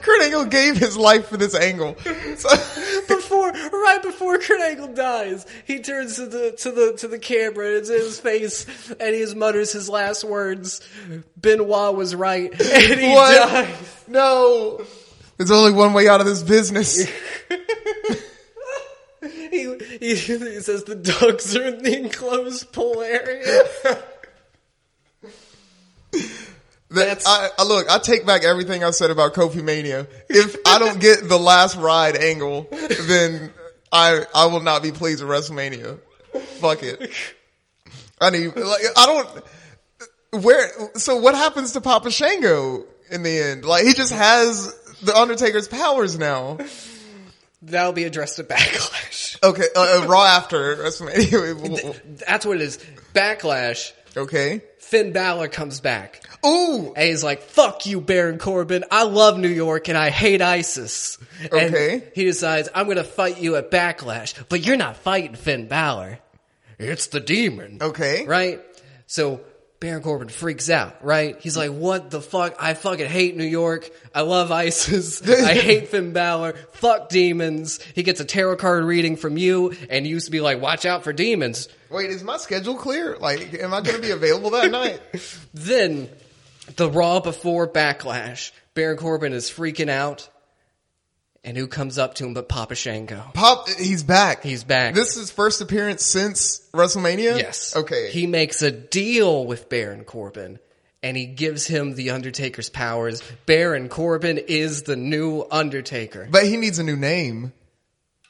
S1: Kurt Angle gave his life for this angle. So-
S2: before, right before Kurt Angle dies, he turns to the to the to the camera and it's in his face, and he just mutters his last words. Benoit was right, and he
S1: What?
S2: dies.
S1: No. There's only one way out of this business.
S2: He, he, he says the ducks are in the enclosed pool area.
S1: That's I, I look. I take back everything I said about Kofi Mania. If I don't get the last ride angle, then I I will not be pleased with WrestleMania. Fuck it. I need like I don't where. So what happens to Papa Shango in the end? Like he just has the Undertaker's powers now.
S2: That'll be addressed at Backlash.
S1: Okay, uh, uh, Raw after WrestleMania.
S2: That's what it is. Backlash.
S1: okay.
S2: Finn Balor comes back.
S1: Ooh,
S2: And he's like, fuck you, Baron Corbin. I love New York and I hate ISIS. And
S1: Okay.
S2: he decides, I'm going to fight you at Backlash, but you're not fighting Finn Balor. It's the demon.
S1: Okay.
S2: Right? So Baron Corbin freaks out, right? He's like, what the fuck? I fucking hate New York. I love ISIS. I hate Finn Balor. Fuck demons. He gets a tarot card reading from you and you used to be like, watch out for demons.
S1: wait, is my schedule clear? Like, am I going to be available that night?
S2: Then, the Raw before Backlash, Baron Corbin is freaking out, and who comes up to him but Papa Shango?
S1: Pop, he's back.
S2: He's back.
S1: This is his first appearance since WrestleMania.
S2: yes.
S1: Okay.
S2: He makes a deal with Baron Corbin, and he gives him the Undertaker's powers. Baron Corbin is the new Undertaker.
S1: but he needs a new name.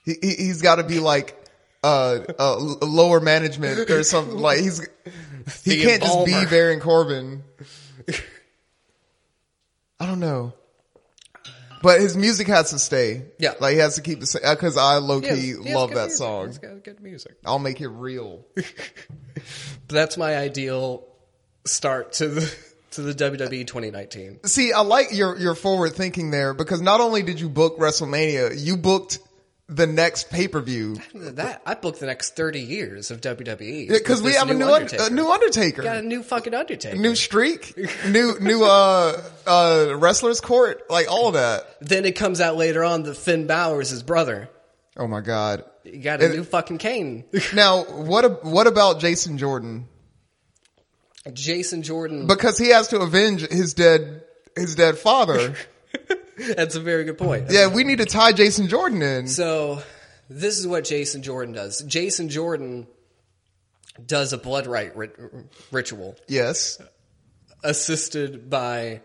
S1: He, he he's got to be like uh, uh l- lower management or something. Like he's he
S2: The
S1: can't just
S2: embalmer.
S1: be Baron Corbin. I don't know. But his music has to stay.
S2: Yeah.
S1: Like he has to keep the same. Because I low key love that song.
S2: He's got good music.
S1: I'll make it real.
S2: That's my ideal start to the to the E WWE 2019.
S1: See, I like your your forward thinking there because not only did you book WrestleMania, you booked the next pay per view
S2: That I booked the next 30 years of WWE
S1: because
S2: with
S1: we
S2: this
S1: have a new un- a
S2: Undertaker.
S1: new Undertaker,
S2: got a new fucking Undertaker.
S1: new streak, new new uh uh wrestlers court, like all that.
S2: then it comes out later on that Finn Balor is his brother.
S1: Oh my god!
S2: You got a new fucking Kane.
S1: Now what ab- what about Jason Jordan?
S2: Jason Jordan.
S1: Because he has to avenge his dead his dead father.
S2: That's a very good point.
S1: yeah, we need to tie Jason Jordan in.
S2: So this is what Jason Jordan does. Jason Jordan does a blood rite rit- ritual
S1: Yes,
S2: assisted by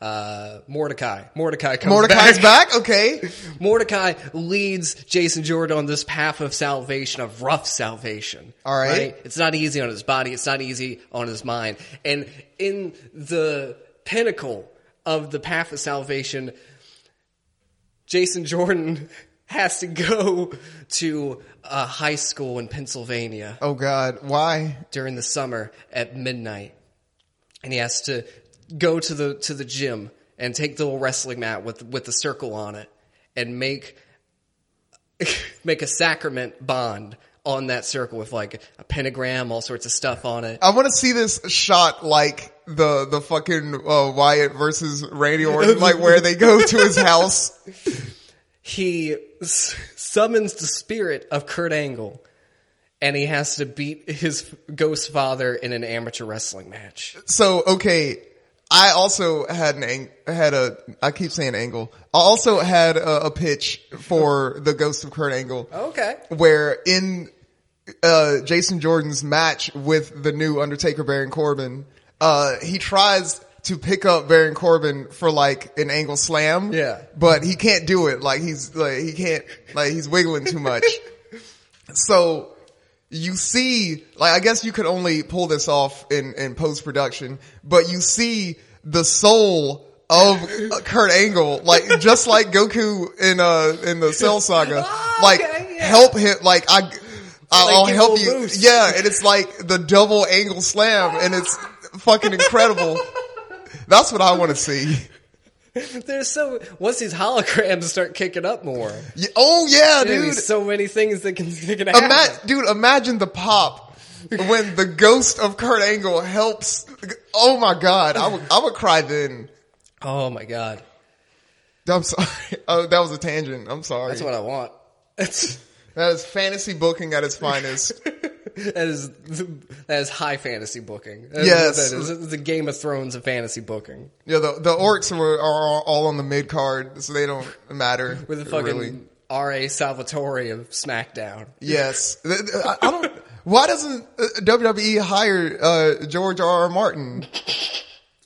S2: uh, Mordecai. Mordecai comes
S1: Mordecai's
S2: back.
S1: back. Okay,
S2: Mordecai leads Jason Jordan on this path of salvation, of rough salvation.
S1: All right.
S2: It's not easy on his body. It's not easy on his mind. And in the pinnacle of the path of salvation, Jason Jordan has to go to a high school in Pennsylvania
S1: Oh God, why?
S2: during the summer at midnight, and he has to go to the to the gym and take the little wrestling mat with with the circle on it and make make a sacrament bond on that circle with like a pentagram, all sorts of stuff on it.
S1: I want to see this shot like the the fucking uh, Wyatt versus Randy Orton, like where they go to his house.
S2: He s- summons the spirit of Kurt Angle. And he has to beat his ghost father in an amateur wrestling match.
S1: So okay, I also had an ang- had a I keep saying angle. I also had a, a pitch for the Ghost of Kurt Angle,
S2: Okay.
S1: where in uh, Jason Jordan's match with the new Undertaker Baron Corbin, uh, he tries to pick up Baron Corbin for like an angle slam.
S2: Yeah.
S1: But he can't do it. Like he's like he can't like he's wiggling too much. so you see like I guess you could only pull this off in in post production, but you see the soul of uh, Kurt Angle, like just like Goku in uh in the Cell Saga,
S2: Ah,
S1: like
S2: okay, yeah.
S1: help him, like I. I'll,
S2: Like
S1: I'll
S2: you
S1: help
S2: will
S1: you.
S2: lose.
S1: Yeah, and it's like the double angle slam, and it's fucking incredible. That's what I want to see.
S2: There's so once these holograms start kicking up more,
S1: Yeah, oh yeah, dude.
S2: there's so many things that can that can happen.
S1: Ima- dude, imagine the pop when the ghost of Kurt Angle helps. Oh my god, I would I would cry then.
S2: oh my god,
S1: I'm sorry. Oh, that was a tangent. I'm sorry.
S2: that's what I want. That's
S1: that is fantasy booking at its finest.
S2: that is that is high fantasy booking. That is
S1: Yes.
S2: what that is. It's the Game of Thrones of fantasy booking
S1: yeah, the the orcs were, are all on the mid card, so they don't matter.
S2: with the fucking
S1: really.
S2: R. A. Salvatore of SmackDown.
S1: Yes, Th- th- I I don't. Why doesn't uh, WWE hire uh, George R. R. Martin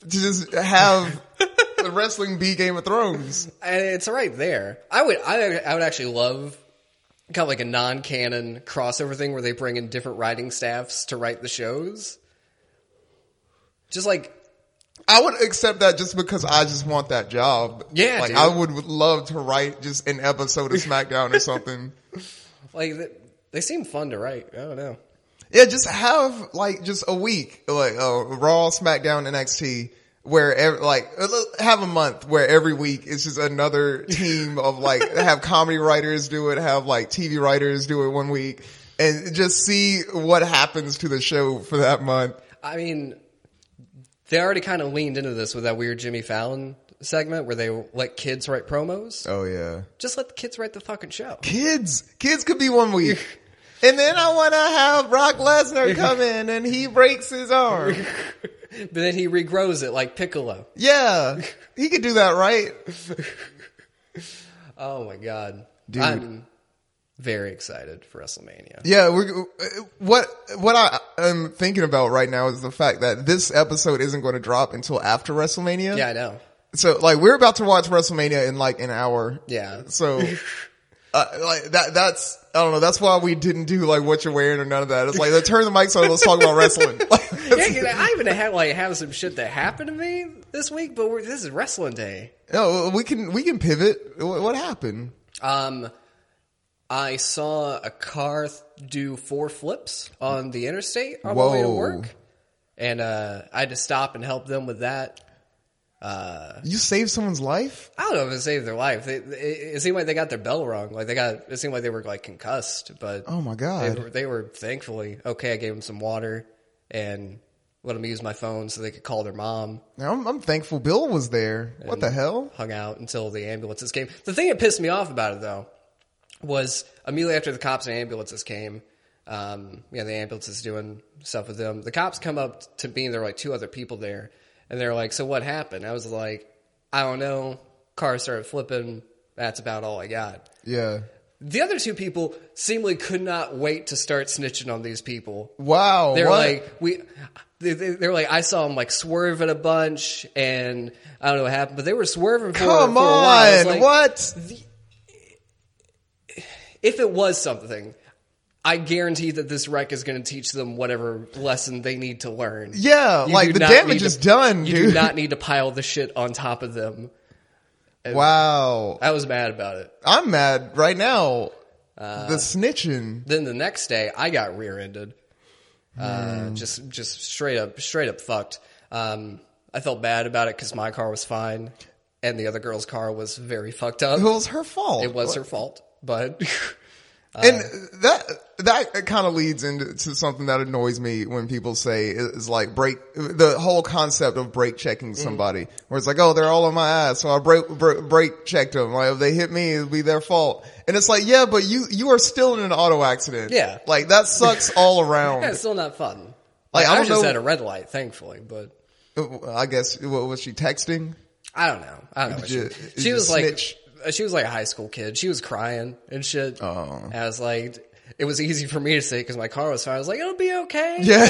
S1: to just have the wrestling be Game of Thrones?
S2: And it's right there. I would I, I would actually love kind of like a non canon crossover thing where they bring in different writing staffs to write the shows. Just like
S1: I would accept that just because I just want that job.
S2: Yeah,
S1: like
S2: dude.
S1: I would love to write just an episode of SmackDown or something.
S2: like th- they seem fun to write. I don't know.
S1: Yeah, just have like just a week, like uh, Raw, SmackDown, NXT, where ev- like uh, have a month where every week it's just another team of like have comedy writers do it, have like TV writers do it one week, and just see what happens to the show for that month.
S2: I mean, they already kind of leaned into this with that weird Jimmy Fallon segment where they let kids write promos.
S1: Oh yeah,
S2: Just let the kids write the fucking show.
S1: kids, kids could be one week. And then I want to have Brock Lesnar come in and he breaks his arm.
S2: But then he regrows it like Piccolo.
S1: Yeah, he could do that, right?
S2: Oh my god,
S1: Dude.
S2: I'm very excited for WrestleMania.
S1: Yeah, we're, uh, what what I am thinking about right now is the fact that this episode isn't going to drop until after WrestleMania.
S2: Yeah, I know.
S1: So like we're about to watch WrestleMania in like an hour.
S2: Yeah.
S1: So uh, like that that's I don't know. That's why we didn't do like what you're wearing or none of that. It's like let's turn the mics on. Let's talk about wrestling. Like,
S2: yeah, you know, I even had like have some shit that happened to me this week, but we're, this is wrestling day.
S1: no, we can we can pivot. What, what happened?
S2: Um, I saw a car th- do four flips on the interstate on my way to
S1: Whoa.
S2: work, and uh, I had to stop and help them with that.
S1: You saved someone's life.
S2: I don't know if it saved their life. They, they- it, seemed like they got their bell wrong. Like they got it seemed like they were like concussed, but
S1: Oh my
S2: they,
S1: god.
S2: were, they were thankfully okay. I gave them some water and let them use my phone so they could call their mom.
S1: Now I'm, I'm thankful Bill was there. What the hell?
S2: hung out until the ambulances came. The thing that pissed me off about it though was immediately after the cops and ambulances came, um, yeah, the ambulances doing stuff with them. The cops come up to me and there were like two other people there, and they're like, "So what happened?" I was like, "I don't know." Car started flipping. That's about all I got.
S1: Yeah.
S2: The other two people seemingly could not wait to start snitching on these people.
S1: Wow.
S2: They're
S1: what?
S2: like we. They, they, they're like I saw them like swerving a bunch, and I don't know what happened, but they were swerving for,
S1: Come
S2: for a while. I was
S1: on.
S2: like,
S1: what?
S2: If it was something, I guarantee that this wreck is going to teach them whatever lesson they need to learn.
S1: Yeah,
S2: You
S1: like
S2: do
S1: the
S2: not
S1: damage
S2: need
S1: is
S2: to-
S1: done,
S2: You do
S1: dude.
S2: not need to pile the shit on top of them.
S1: wow.
S2: I was mad about it.
S1: I'm mad right now.
S2: Uh,
S1: the snitching.
S2: Then the next day, I got rear-ended. Uh,
S1: Mm.
S2: just, just straight up, straight up fucked. Um, I felt bad about it because my car was fine, and the other girl's car was very fucked up.
S1: It was her fault.
S2: It was her fault, but
S1: And that that kind of leads into to something that annoys me when people say is like break the whole concept of brake
S2: Mm.
S1: checking somebody, where it's like, oh, they're all on my ass, so I brake brake, brake checked them. Like if they hit me, it'd be their fault. And it's like, yeah, but you you are still in an auto accident.
S2: Yeah.
S1: like that sucks all around.
S2: yeah, it's still not fun.
S1: Like,
S2: Like,
S1: I
S2: I,
S1: don't
S2: was just
S1: know-
S2: at a red light, thankfully, but
S1: I guess what was she texting?
S2: I don't know. I don't know. What
S1: you-
S2: she,
S1: did
S2: she
S1: you
S2: was like, uh,
S1: snitch?
S2: she was like a high school kid. She was crying and shit. Oh. I was like, it was easy for me to say because my car was fine. I was like, it'll be okay.
S1: Yeah.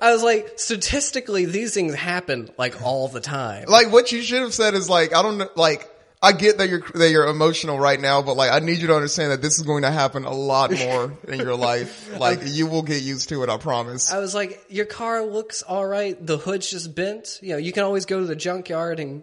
S2: I was like, statistically, these things happen like all the time.
S1: Like what you should have said is like I don't know, like I get that you're that you're emotional right now, but like I need you to understand that this is going to happen a lot more in your life. Like you will get used to it, I promise.
S2: I was like, your car looks all right. The hood's just bent. You know, you can always go to the junkyard and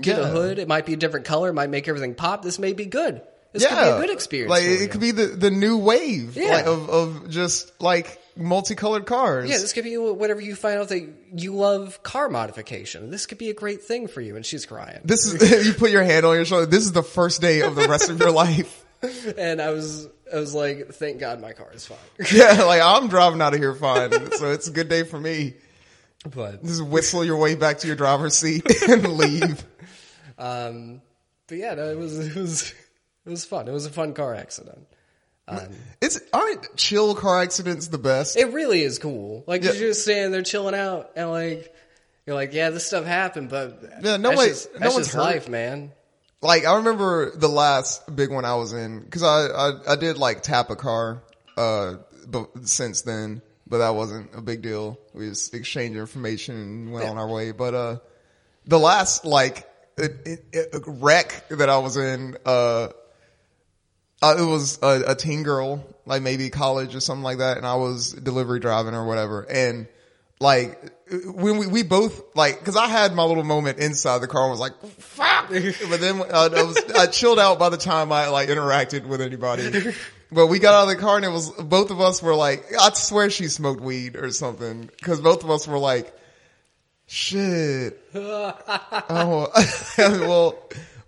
S2: get a
S1: Yeah.
S2: hood. It might be a different color. It might make everything pop. This may be good. This could be a good experience.
S1: Like
S2: for you.
S1: it could be the the new wave
S2: Yeah.
S1: like, of of just like multicolored cars.
S2: Yeah, this could be whatever you find out that you love car modification. This could be a great thing for you. And she's crying.
S1: This is you put your hand on your shoulder. This is the first day of the rest of your life.
S2: And I was, I was like, thank God my car is fine.
S1: Yeah, like I'm driving out of here fine, so it's a good day for me.
S2: But,
S1: Just whistle your way back to your driver's seat and leave.
S2: um, but yeah, no, it was, it was, it was fun. It was a fun car accident. Um,
S1: It's aren't chill car accidents the best?
S2: it really is cool. Like
S1: Yeah.
S2: you're just standing there chilling out and like, you're like, yeah, this stuff happened, but
S1: Yeah, no
S2: that's
S1: way-
S2: just,
S1: no
S2: that's
S1: one's
S2: just
S1: hurt.
S2: life, man.
S1: Like I remember the last big one I was in because I, I I did like tap a car uh but since then, but that wasn't a big deal. We just exchanged information and went
S2: Yeah.
S1: on our way. But uh, the last like it, it, it, wreck that I was in uh. Uh, it was a, a teen girl, like maybe college or something like that, and I was delivery driving or whatever. And like when we, we both like, cause I had my little moment inside the car and was like, fuck. But then uh, I, was, I chilled out by the time I like interacted with anybody. But we got out of the car and it was both of us were like, I swear she smoked weed or something, cause both of us were like, shit. oh well.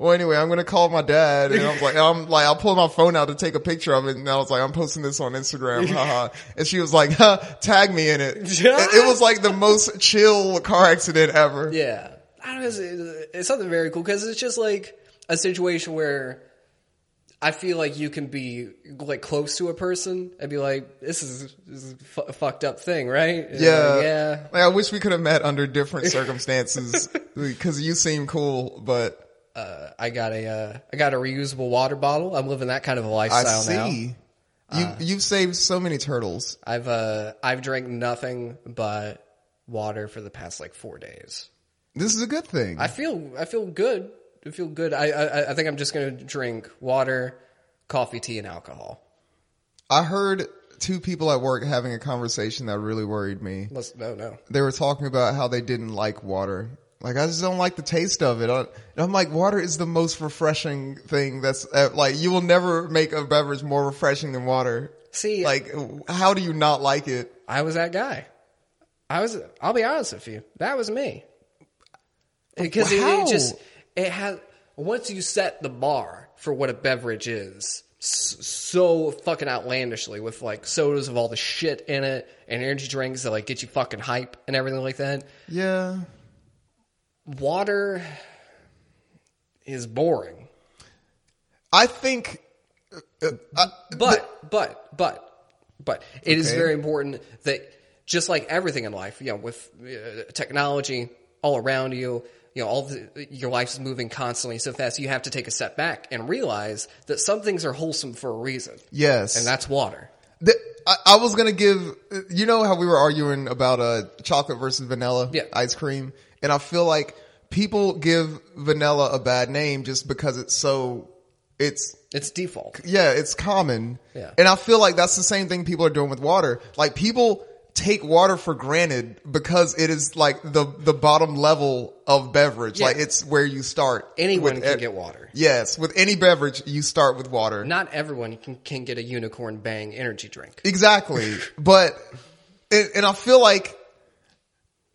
S1: Well, anyway, I'm gonna call my dad, and I was like, I'm like, I pulled my phone out to take a picture of it, and I was like, I'm posting this on Instagram, haha. And she was like, huh, tag me in it. it. It was like the most chill car accident ever.
S2: Yeah, I don't know. It's, it's something very cool because it's just like a situation where I feel like you can be like close to a person and be like, "This is, this is fu- a fucked up thing, right?" And
S1: Yeah.
S2: like, yeah.
S1: Like, I wish we could have met under different circumstances because you seem cool, but
S2: Uh, I got a uh, I got a reusable water bottle. I'm living that kind of a
S1: I
S2: lifestyle now. Uh.
S1: see you. You've saved so many turtles.
S2: I've uh I've drank nothing but water for the past like four days.
S1: This is a good thing.
S2: I feel I feel good. I feel good. I I, I think I'm just gonna drink water, coffee, tea, and alcohol.
S1: I heard two people at work having a conversation that really worried me.
S2: Let's no no.
S1: they were talking about how they didn't like water. Like I just don't like the taste of it. I, and I'm like, water is the most refreshing thing. That's uh, like you will never make a beverage more refreshing than water.
S2: See,
S1: Like, w- how do you not like it?
S2: I was that guy. I was. I'll be honest with you. That was me. Because it,
S1: How?
S2: it just it has once you set the bar for what a beverage is s- so fucking outlandishly with like sodas of all the shit in it and energy drinks that like get you fucking hype and everything like that.
S1: Yeah,
S2: Water is boring.
S1: I think. uh,
S2: But but but but it is
S1: Okay.
S2: very important that just like everything in life, you know, with uh, technology all around you, you know, all the, your life's moving constantly so fast. You have to take a step back and realize that some things are wholesome for a reason,
S1: Yes,
S2: and that's water.
S1: The- I, I was gonna give. You know how we were arguing about uh, chocolate versus vanilla
S2: Yeah.
S1: ice cream, and I feel like people give vanilla a bad name just because it's so. It's
S2: It's default.
S1: yeah, it's common.
S2: Yeah.
S1: And I feel like that's the same thing people are doing with water. Like people take water for granted because it is like the the bottom level of beverage.
S2: Yeah.
S1: Like it's where you start.
S2: Anyone
S1: with
S2: can
S1: e-
S2: get water.
S1: Yes, with any beverage you start with water.
S2: Not everyone can, can get a unicorn bang energy drink.
S1: Exactly. but it, and I feel like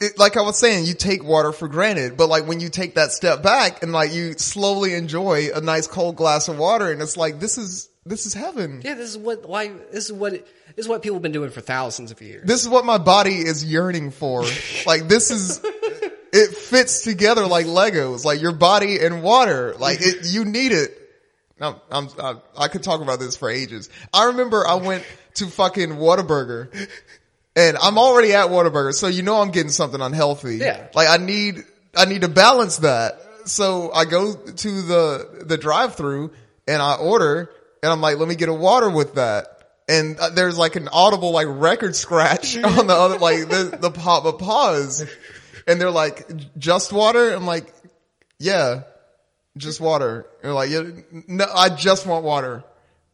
S1: it, like I was saying, you take water for granted, but like when you take that step back and like you slowly enjoy a nice cold glass of water and it's like this is this is heaven.
S2: Yeah, this is what why this is what this is what people have been doing for thousands of years.
S1: this is what my body is yearning for. like this is, it fits together like Legos, like your body and water. Like it, you need it. I'm, I'm, i I could talk about this for ages. I remember I went to fucking Whataburger and I'm already at Whataburger. So you know I'm getting something unhealthy.
S2: Yeah.
S1: Like I need, I need to balance that. So I go to the, the drive through and I order and I'm like, let me get a water with that. and uh, there's like an audible like record scratch on the other like the the pop a pause, and they're like just water. I'm like, yeah, just water. And they're like, yeah, no, I just want water.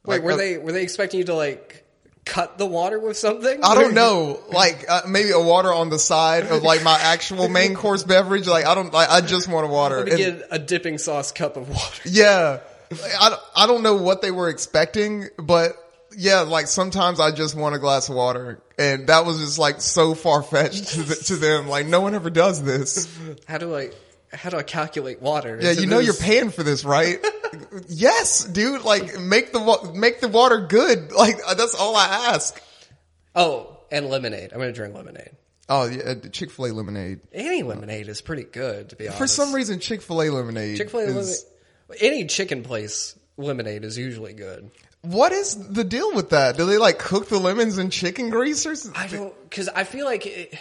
S2: Wait,
S1: Like,
S2: were
S1: uh,
S2: they were they expecting you to like cut the water with something?
S1: I don't know, like uh, maybe a water on the side of like my actual main course beverage. Like I don't, like, I just want a water.
S2: Let me
S1: And-
S2: get a dipping sauce cup of water.
S1: Yeah. I, don't- I don't know what they were expecting, but yeah, like sometimes I just want a glass of water. And that was just like so far fetched to, th- to them. Like no one ever does this.
S2: How do I how do I calculate water?
S1: Yeah,
S2: Is
S1: you
S2: it
S1: know you're
S2: this-
S1: paying for this, right? yes, dude. Like make the wa- make the water good. Like uh, that's all I ask.
S2: Oh, and lemonade. I'm gonna drink lemonade.
S1: Oh yeah, Chick Fil A lemonade.
S2: Any lemonade is pretty good, to be honest.
S1: For some reason, Chick Fil A lemonade.
S2: Chick Fil A
S1: is-
S2: lemonade, any chicken place lemonade is usually good.
S1: What is the deal with that? Do they like cook the lemons in chicken grease or?
S2: I don't because I feel like it,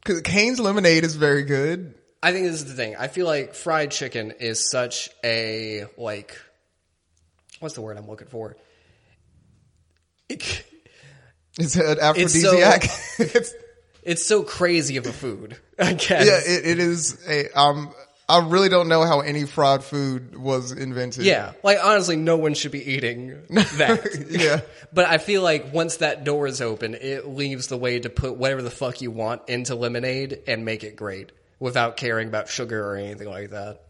S1: Because Cane's lemonade is very good.
S2: I think this is the thing. I feel like fried chicken is such a like what's the word I'm looking for? It-
S1: It's an
S2: so-
S1: aphrodisiac. It's-
S2: it's so crazy of a food. I guess.
S1: yeah, it, it is. A, um, I really don't know how any fried food was invented.
S2: Yeah, like honestly, no one should be eating that.
S1: Yeah.
S2: but I feel like once that door is open, it leaves the way to put whatever the fuck you want into lemonade and make it great without caring about sugar or anything like that.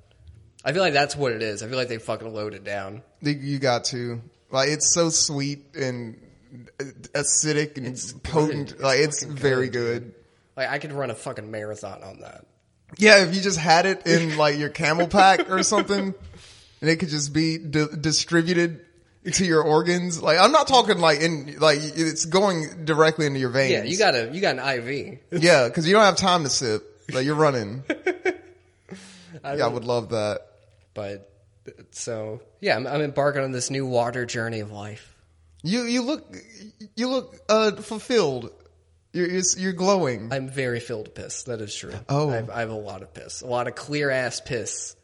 S2: I feel like that's what it is. I feel like they fucking load it down.
S1: You- you got to like it's so sweet and acidic and potent. Like it's very good.
S2: Like I could run a fucking marathon on that.
S1: Yeah, if you just had it in like your camel pack or something, and it could just be di- distributed to your organs. Like I'm not talking like in like it's going directly into your veins.
S2: Yeah, you got a you got an IV.
S1: Yeah, because you don't have time to sip. Like you're running. yeah, I would love that.
S2: But so yeah, I'm, I'm embarking on this new water journey of life.
S1: You you look you look uh fulfilled. You're you're, you're glowing.
S2: I'm very filled piss. That is true.
S1: Oh.
S2: I have, I have a lot of piss, a lot of clear ass piss.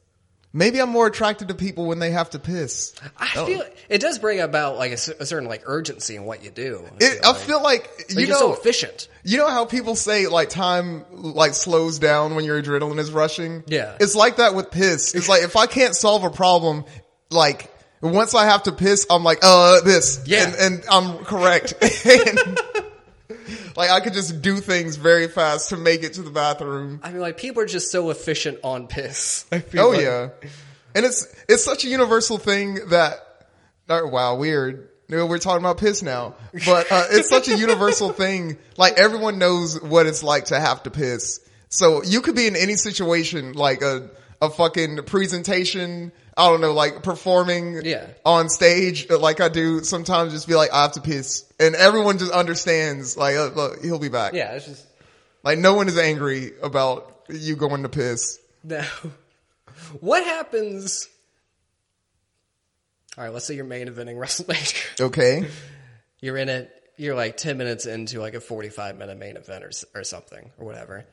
S1: Maybe I'm more attracted to people when they have to piss.
S2: I feel it does bring about like a, cer- a certain like urgency in what you do. I
S1: It, I feel like you
S2: like, you're so
S1: know
S2: efficient.
S1: you know how people say like time like slows down when your adrenaline is rushing.
S2: Yeah.
S1: it's like that with piss. It's like if I can't solve a problem, like. Once I have to piss, I'm like, uh, this.
S2: Yeah.
S1: And, and I'm correct. And, like, I could just do things very fast to make it to the bathroom.
S2: I mean, like people are just so efficient on piss. I feel
S1: Oh
S2: like-
S1: yeah, and it's it's such a universal thing that or, wow weird. No, We're talking about piss now, but uh, it's such a universal thing. Like everyone knows what it's like to have to piss. So you could be in any situation, like a a fucking presentation. I don't know, like performing
S2: Yeah.
S1: on stage, uh, like I do sometimes. Just be like, I have to piss, and everyone just understands. Like, uh, look, he'll be back.
S2: yeah. It's just
S1: Like no one is angry about you going to piss.
S2: now, what happens? All right, let's say you're main eventing WrestleMania.
S1: Okay.
S2: you're in it you're like 10 minutes into like a 45 minute main event or, s- or something or whatever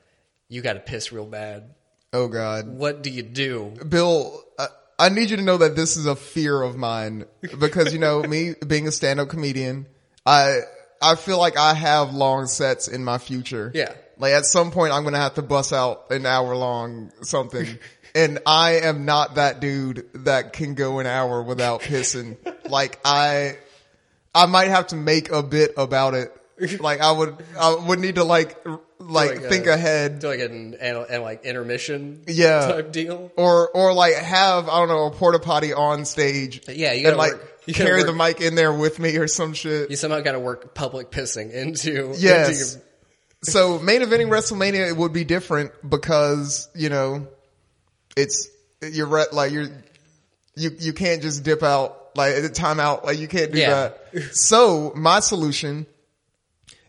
S2: you got to piss real bad
S1: Oh God.
S2: what do you do
S1: Bill, I, I need you to know that this is a fear of mine because you know me being a stand-up comedian, I I feel like I have long sets in my future.
S2: Yeah.
S1: like at some point I'm gonna have to bust out an hour long something, and I am not that dude that can go an hour without pissing. like I, I might have to make a bit about it. Like I would, I would need to like r- like
S2: Like, uh,
S1: think ahead
S2: do like an and, and like intermission
S1: Yeah.
S2: type deal
S1: or or like have I don't know a porta potty on stage.
S2: Yeah, you gotta
S1: and like
S2: work- you gotta
S1: carry the
S2: work-
S1: mic in there with me or some shit.
S2: you somehow got to work public pissing into
S1: Yes.
S2: into
S1: so main eventing WrestleMania it would be different because you know it's you're re- like you're you you can't just dip out like at the timeout like you can't do
S2: Yeah.
S1: that. So my solution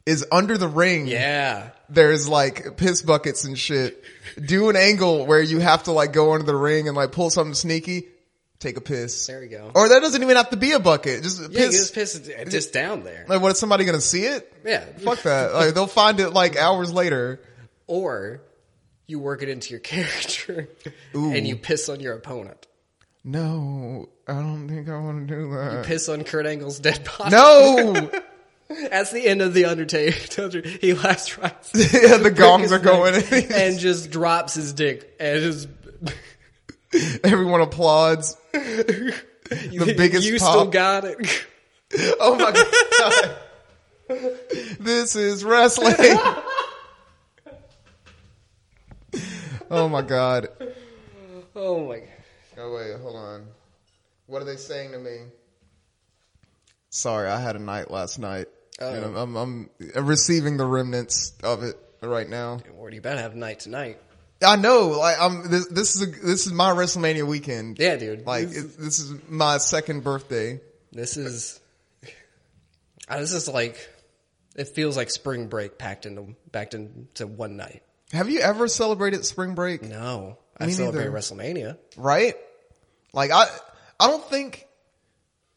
S1: is under the ring.
S2: your, yeah
S1: There's like piss buckets and shit. Do an angle where you have to like go under the ring and like pull something sneaky. Take a piss.
S2: there we go
S1: Or that doesn't even have to be a bucket. Just
S2: yeah you
S1: piss.
S2: just piss it uh, just down there
S1: like, what is somebody gonna see it?
S2: yeah
S1: Fuck that. Like, they'll find it like hours later.
S2: or you work it into your character and you piss on your opponent
S1: No, I don't think I want to do that.
S2: Piss on Kurt Angle's dead body.
S1: No,
S2: That's the end of the Undertaker. he last rides
S1: yeah, the gongs are going.
S2: and just drops his dick and just
S1: Everyone applauds. The biggest
S2: You
S1: pop.
S2: still got it.
S1: Oh my god. this is wrestling. oh my god.
S2: Oh my! God.
S1: Oh wait, hold on. What are they saying to me? Sorry, I had a night last night. And I'm, I'm, I'm- I'm receiving the remnants of it right now.
S2: Lord, you better have a night tonight.
S1: I know, like I'm. This, this is a, this is my WrestleMania weekend.
S2: Yeah, dude.
S1: Like
S2: this,
S1: it, this is my second birthday.
S2: this is Ah, this is like it feels like spring break packed into packed into one night.
S1: Have you ever celebrated spring break?
S2: No, I
S1: Me
S2: celebrate
S1: neither.
S2: WrestleMania.
S1: right? Like I, I don't think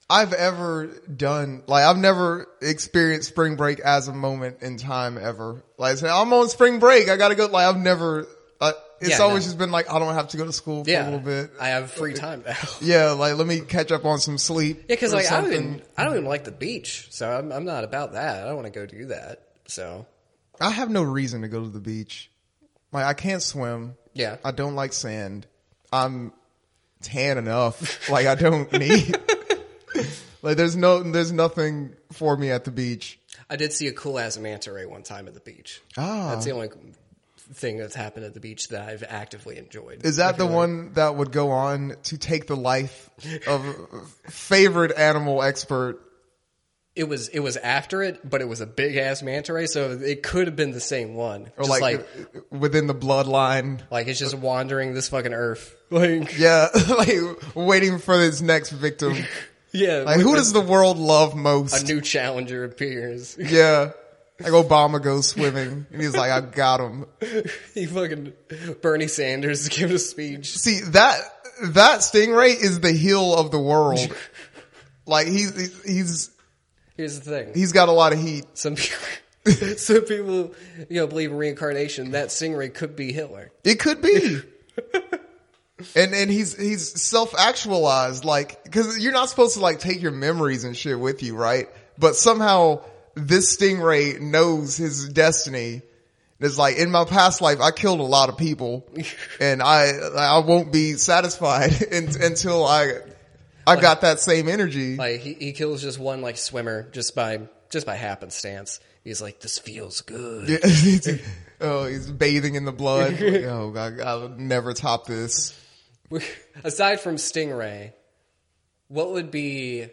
S1: I've ever done like I've never experienced spring break as a moment in time ever. Like say, I'm on spring break, I gotta go. Like I've never. Uh, it's
S2: Yeah,
S1: always
S2: no.
S1: just been like I don't have to go to school for a
S2: Yeah,
S1: little bit.
S2: I have free time now.
S1: yeah, like let me catch up on some sleep.
S2: Yeah, because
S1: or
S2: like I don't,
S1: something.
S2: even, I don't even like the beach, so I'm, I'm not about that. I don't want to go do that. So
S1: I have no reason to go to the beach. Like I can't swim.
S2: yeah,
S1: I don't like sand. I'm tan enough. Like I don't need. like there's no there's nothing for me at the beach.
S2: I did see a cool ass manta ray one time at the beach.
S1: Ah.
S2: that's the only thing that's happened at the beach that I've actively enjoyed.
S1: Is that the one that would go on to take the life of favorite animal expert?
S2: it was it was after it, but it was a big ass manta ray, so it could have been the same one.
S1: Or
S2: Just
S1: like,
S2: like like,
S1: within the bloodline?
S2: it's just wandering this fucking earth. Like
S1: Yeah, like waiting for his next victim.
S2: yeah,
S1: Like who does the world love
S2: a
S1: most?
S2: new challenger appears.
S1: Yeah. Like Obama goes swimming and he's like, I got him.
S2: he fucking Bernie Sanders gives a speech.
S1: See that that stingray is the heel of the world. like he's he's
S2: Here's the thing.
S1: he's got a lot of heat.
S2: some people, some people, you know, believe in reincarnation. That stingray could be Hitler.
S1: It could be. and and he's he's self actualized. Like because you're not supposed to like take your memories and shit with you, right? But somehow this stingray knows his destiny. It's like in my past life, I killed a lot of people, and I I won't be satisfied un until I I got that same energy.
S2: Like he, he kills just one like swimmer just by just by happenstance. He's like, this feels good.
S1: Yeah, he's- oh, he's bathing in the blood. Like, oh, God, I'll never top this.
S2: Aside from stingray, what would be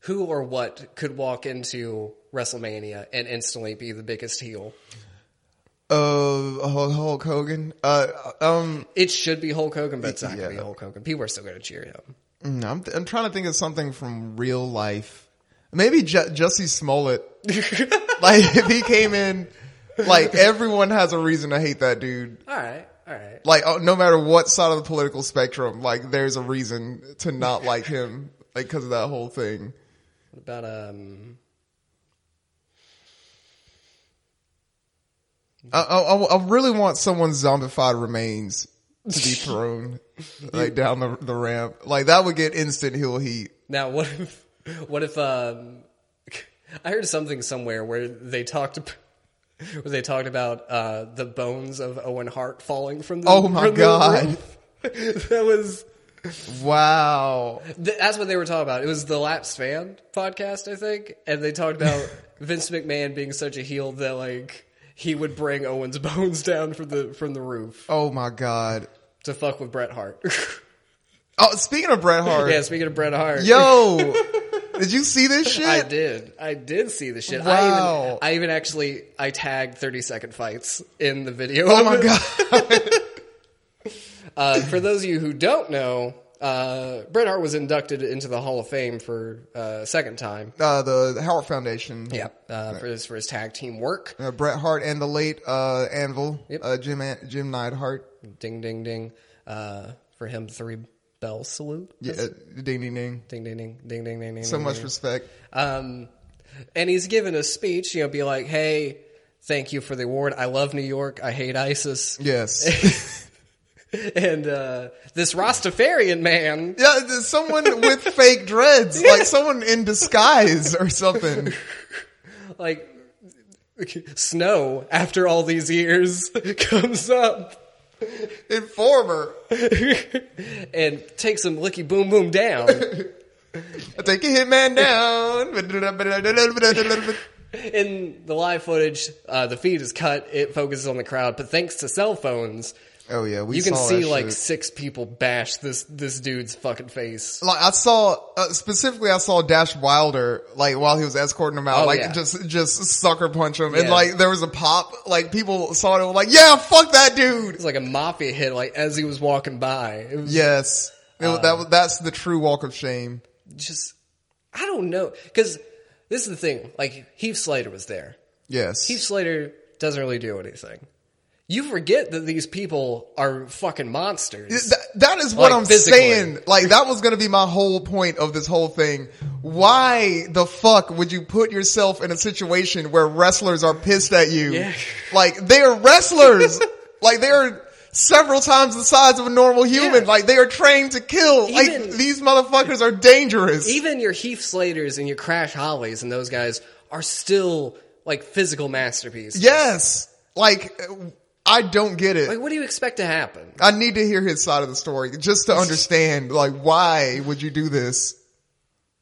S2: who or what could walk into WrestleMania and instantly be the biggest heel?
S1: Uh, Hulk Hulk Hogan. Uh, um,
S2: It should be Hulk Hogan, but it's not going to
S1: Yeah.
S2: be Hulk Hogan. People are still going to cheer him.
S1: mm, I'm, I'm trying to think of something from real life. Maybe Ju- Jesse Smollett. like if he came in, like everyone has a reason to hate that dude.
S2: All right, all right.
S1: Like oh, no matter what side of the political spectrum, like there's a reason to not like him, like because of that whole thing.
S2: What about um?
S1: I, I, I really want someone's zombified remains to be thrown like down the the ramp. Like that would get instant heel heat.
S2: Now, what if, what if, um, I heard something somewhere where they talked, ab- where they talked about, uh, the bones of Owen Hart falling from the,
S1: Oh my
S2: from the
S1: God.
S2: roof. that was,
S1: Wow.
S2: th- that's what they were talking about. It was the Lapsed Fan podcast, I think. And they talked about Vince McMahon being such a heel that, like, he would bring Owen's bones down from the, from the roof
S1: Oh my god.
S2: to fuck with Bret Hart.
S1: Oh, speaking of Bret Hart,
S2: yeah, speaking of Bret Hart.
S1: yo, did you see this shit?
S2: I did. I did see the shit. I even
S1: Wow.
S2: I even actually I tagged 30 second fights in the video.
S1: Oh my god.
S2: Uh, for those of you who don't know, uh, Bret Hart was inducted into the Hall of Fame for uh, a second time.
S1: Uh, the Howard Foundation.
S2: Yeah, uh, for his for his tag team work.
S1: Uh, Bret Hart and the late uh, Anvil, uh, Jim An- Jim Neidhart.
S2: Ding ding ding. Uh, for him, three bell salute.
S1: Yeah, uh, ding ding ding.
S2: Ding ding ding ding ding ding. ding
S1: So
S2: ding,
S1: much
S2: ding.
S1: respect.
S2: Um, and he's given a speech. You know, be like, hey. Thank you for the award. I love New York. I hate ISIS.
S1: Yes.
S2: and uh, this Rastafarian man.
S1: Yeah, there's someone with fake dreads, like someone in disguise or something.
S2: like snow after all these years comes up
S1: Informer.
S2: and takes him licky boom boom down
S1: I take a hitman down.
S2: in the live footage uh, the feed is cut it focuses on the crowd but thanks to cell phones
S1: Oh yeah, we
S2: you can
S1: saw
S2: see
S1: that
S2: like
S1: shit.
S2: six people bash this this dude's fucking face
S1: like I saw uh, specifically I saw Dash Wilder like while he was escorting him out
S2: Oh,
S1: like
S2: yeah.
S1: just just sucker punch him and
S2: Yeah.
S1: like there was a pop like people saw it and were like yeah fuck that dude
S2: it's like a mafia hit like as he was walking by it was
S1: yes It
S2: Uh,
S1: was- that was- that's the true walk of shame
S2: just i don't know because this is the thing like heath slater was there
S1: yes
S2: Heath Slater doesn't really do anything. You forget that these people are fucking monsters.
S1: Th- that is what
S2: Like,
S1: I'm
S2: physically.
S1: saying. Like that was going to be my whole point of this whole thing. Why the fuck would you put yourself in a situation where wrestlers are pissed at you?
S2: Yeah.
S1: Like they are wrestlers. like they are several times the size of a normal human.
S2: Yeah.
S1: Like they are trained to kill. like
S2: Even-
S1: these motherfuckers are dangerous.
S2: Even your Heath Slaters and your Crash Hollies and those guys are still like physical masterpieces.
S1: yes. Like I don't get it.
S2: Like, what do you expect to happen?
S1: I need to hear his side of the story just to understand like why would you do this?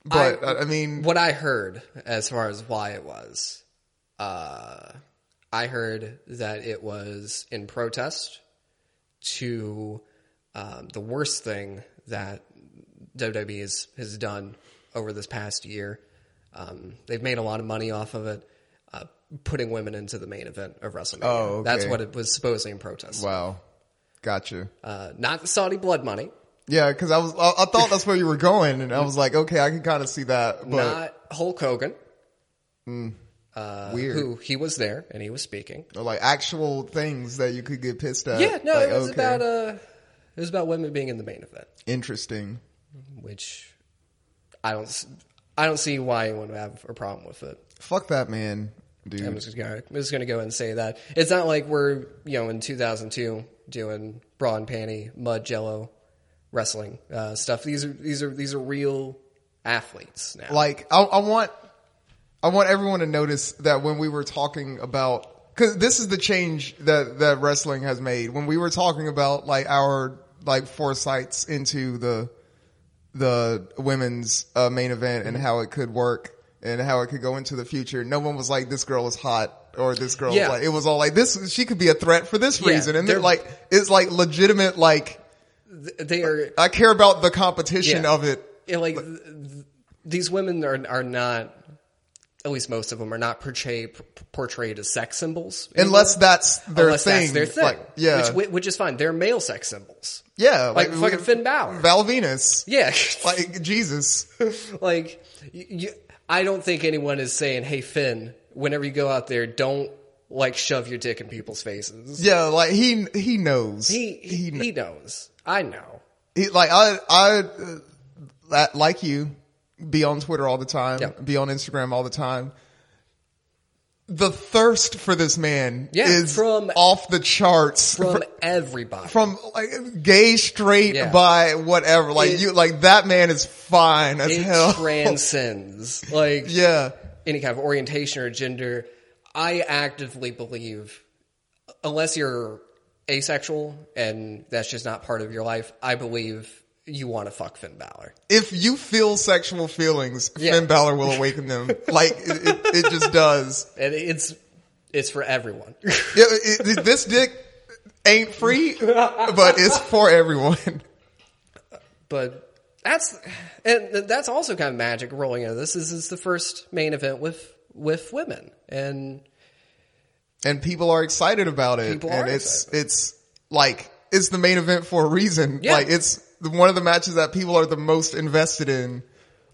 S1: But I, I mean
S2: What I heard as far as why it was, uh, I heard that it was in protest to um, the worst thing that WWE has, has done over this past year. Um, they've made a lot of money off of it, uh, putting women into the main event of WrestleMania.
S1: Oh,
S2: That's
S1: okay.
S2: what it was supposedly in protest.
S1: Wow. Gotcha.
S2: Uh, not the Saudi blood money,
S1: Yeah, because I was I, I thought that's where you were going, and I was like, okay, I can kind of see that, but Hmm.
S2: not Hulk Hogan, Uh,
S1: weird.
S2: who he was there and he was speaking.
S1: Or, like actual things that you could get pissed at.
S2: Yeah, no,
S1: Like,
S2: it was
S1: okay.
S2: about uh, it was about women being in the main event,
S1: interesting.
S2: which I don't, s- I don't see why anyone would have a problem with it.
S1: Fuck that man, dude.
S2: I'm just gonna, I'm just gonna go and say that it's not like we're you know in 2002 doing bra and panty, mud jello, wrestling uh, stuff. These are these are these are real athletes now.
S1: like I, I want I want everyone to notice that when we were talking about because this is the change that that wrestling has made. When we were talking about like our like foresights into the the women's uh, main event
S2: Mm-hmm.
S1: and how it could work and how it could go into the future, no one was like this girl is hot. Or this girl,
S2: Yeah.
S1: like it was all like this. She could be a threat for this
S2: Yeah,
S1: reason, and they're
S2: they're-
S1: like, it's like legitimate. Like
S2: Th- They are
S1: I care about the competition
S2: Yeah.
S1: of it.
S2: you know, like th- th- these women are are not. At least most of them are not portrayed portrayed as sex symbols, anymore.
S1: Unless that's their
S2: Mm-hmm. unless
S1: thing.
S2: that's their thing.
S1: Like, yeah.
S2: which, which- which is fine. They're male sex symbols.
S1: Yeah,
S2: Like fucking Finn Balor.
S1: Val Venus,
S2: Yeah,
S1: like Jesus.
S2: like y you, I don't think anyone is saying, "Hey Finn, whenever you go out there, don't like shove your dick in people's faces."
S1: Yeah, like he he knows.
S2: He he, he knows. I know.
S1: He- like I I uh, li- like you be on Twitter all the time,
S2: Yeah.
S1: be on Instagram all the time. The thirst for this man
S2: Yeah,
S1: is
S2: from-
S1: off the charts. From,
S2: From everybody,
S1: like gay, straight,
S2: Yeah.
S1: by whatever. Like
S2: It-
S1: you, like that man is fine as
S2: it
S1: hell.
S2: transcends like
S1: yeah,
S2: any kind of orientation or gender. I actively believe, unless you're asexual and that's just not part of your life, I believe you want to fuck Finn Balor.
S1: if you feel sexual feelings,
S2: Yeah.
S1: Finn Balor will awaken them. like it, it, it just does.
S2: and it's it's for everyone.
S1: Yeah, it- it- this dick ain't free, but it's for everyone.
S2: but that's and that's also kind of magic rolling into this. Is it's the first main event with with women, and
S1: And people are excited about it.
S2: People
S1: and
S2: are
S1: it's it's like it's the main event for a reason.
S2: Yeah.
S1: Like it's the- one of the matches that people are the most invested in.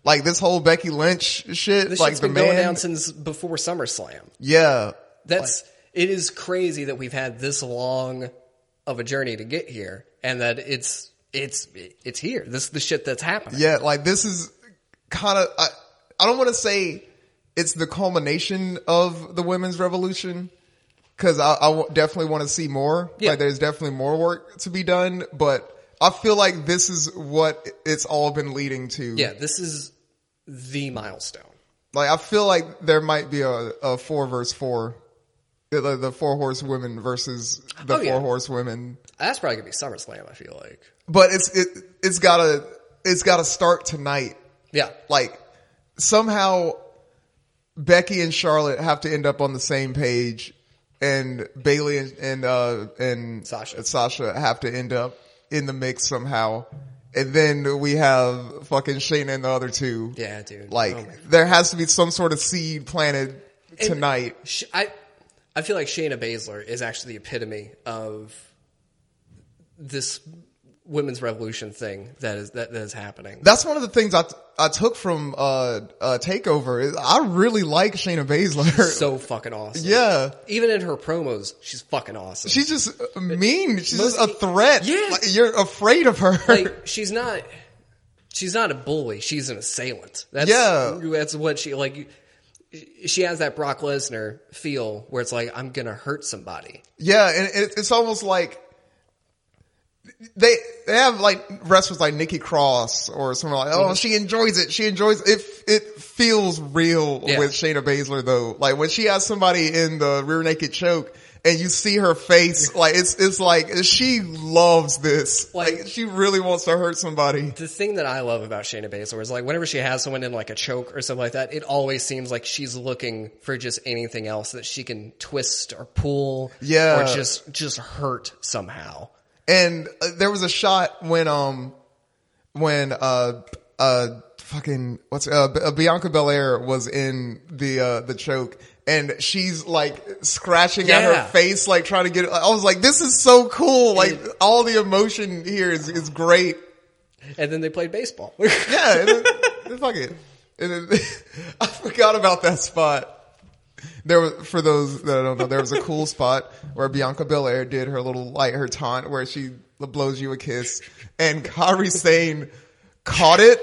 S1: Like this whole Becky Lynch shit,
S2: this
S1: like
S2: shit's
S1: the
S2: been going
S1: man.
S2: down since before SummerSlam.
S1: yeah.
S2: That's it is crazy that we've had this long of a journey to get here, and that it's it's it's here. This is the shit that's happening.
S1: Yeah, like this is kind of I, I don't want to say it's the culmination of the women's revolution because I, I w- definitely want to see more.
S2: Yeah.
S1: Like, there's definitely more work to be done, but I feel like this is what it's all been leading to.
S2: Yeah, this is the milestone.
S1: Like, I feel like there might be a, a four verse four, the, the, the four horsewomen versus the
S2: Oh,
S1: four
S2: yeah.
S1: horsewomen.
S2: That's probably gonna be SummerSlam. I feel like.
S1: But it's it it's gotta it's gotta start tonight.
S2: Yeah,
S1: Like somehow Becky and Charlotte have to end up on the same page, and Bailey and and uh, and
S2: Sasha.
S1: Sasha have to end up in the mix somehow. And then we have fucking Shayna and the other two.
S2: yeah, dude.
S1: Like
S2: Oh my-
S1: there has to be some sort of seed planted tonight.
S2: Sh- I, I feel like Shayna Baszler is actually the epitome of this women's revolution thing that is that, that is happening.
S1: That's one of the things I t- I took from uh, uh Takeover. Is I really like Shayna Baszler.
S2: so fucking awesome.
S1: yeah.
S2: Even in her promos, she's fucking awesome.
S1: She's just mean. She's just a threat.
S2: Yeah.
S1: Like, you're afraid of her.
S2: like she's not she's not a bully she's an assailant that's
S1: Yeah.
S2: that's what she like she has that brock lesnar feel where it's like i'm gonna hurt somebody
S1: yeah, and it, it's almost like they they have like wrestlers like Nikki Cross or someone like,
S2: Mm-hmm.
S1: oh, she enjoys it. She enjoys it. It feels real
S2: Yeah.
S1: with Shayna Baszler though. Like when she has somebody in the rear naked choke. And you see her face, like it's it's like she loves this. Like,
S2: Like-
S1: she really wants to hurt somebody.
S2: the thing that i love about shayna baszler is like whenever she has someone in like a choke or something like that it always seems like she's looking for just anything else that she can twist or pull
S1: Yeah.
S2: or just just hurt somehow
S1: And uh, there was a shot when um when uh uh fucking what's uh, B- uh Bianca Belair was in the uh the choke and she's like scratching at her
S2: Yeah.
S1: face like trying to get I was like this is so cool like
S2: It-
S1: all the emotion here is is great.
S2: and then they played baseball
S1: Yeah, and then- then fuck it. And then, I forgot about that spot. There was, for those that don't know, there was a cool spot where Bianca Belair did her little, like, her taunt where she blows you a kiss and Kairi Sane caught it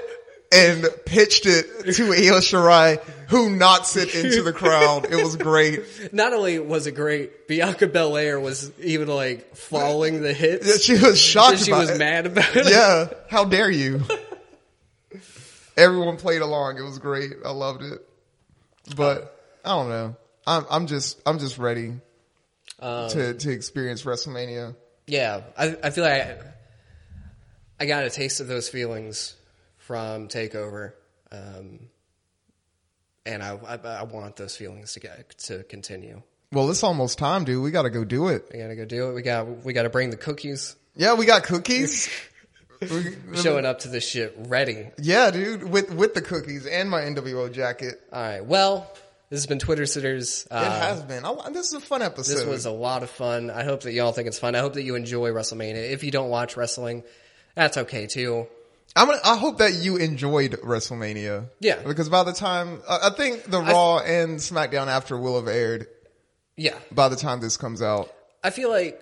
S1: and pitched it to Io Shirai who knocks it into the crowd. It was great.
S2: not only was it great bianca belair was even like following the hits
S1: She was shocked
S2: she
S1: by
S2: was
S1: it.
S2: mad about it
S1: Yeah. How dare you? Everyone played along. It was great. I loved it. But I don't know. I'm I'm just I'm just ready
S2: Um,
S1: to to experience WrestleMania.
S2: yeah, I, I feel like I, I got a taste of those feelings from Takeover, um, and I, I I want those feelings to get to continue.
S1: Well, it's almost time, dude. We got to go do it.
S2: We gotta go do it. We got we gotta bring the cookies.
S1: Yeah, we got cookies. We-
S2: Showing up to this shit ready.
S1: yeah, dude, with with the cookies and my NWO jacket.
S2: All right. Well, this has been Twitter sitters.
S1: It
S2: Uh,
S1: has been. I, this is a fun episode.
S2: this was a lot of fun. I hope that y'all think it's fun. I hope that you enjoy WrestleMania. If you don't watch wrestling, that's okay too.
S1: I'm gonna, I hope that you enjoyed WrestleMania.
S2: Yeah.
S1: Because by the time I I think the Raw and SmackDown after will have aired
S2: Yeah.
S1: by the time this comes out.
S2: I feel like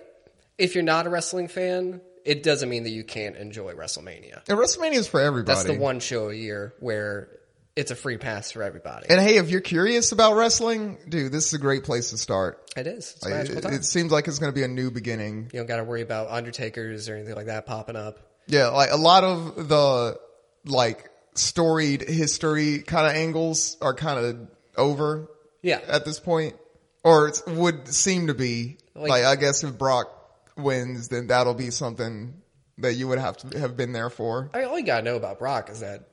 S2: if you're not a wrestling fan, it doesn't mean that you can't enjoy WrestleMania.
S1: And WrestleMania is for everybody.
S2: That's the one show a year where it's a free pass for everybody.
S1: And hey, if you're curious about wrestling, dude, this is a great place to start.
S2: it is. It's a
S1: Like,
S2: magical
S1: it,
S2: time.
S1: it seems like it's going to be a new beginning.
S2: you don't got to worry about Undertakers or anything like that popping up.
S1: Yeah, like a lot of the like storied history kind of angles are kind of over
S2: Yeah.
S1: at this point, or it's, would seem to be. Like,
S2: Like-
S1: I guess if Brock wins, then that'll be something that you would have to have been there for.
S2: I mean, all you got to know about Brock is that,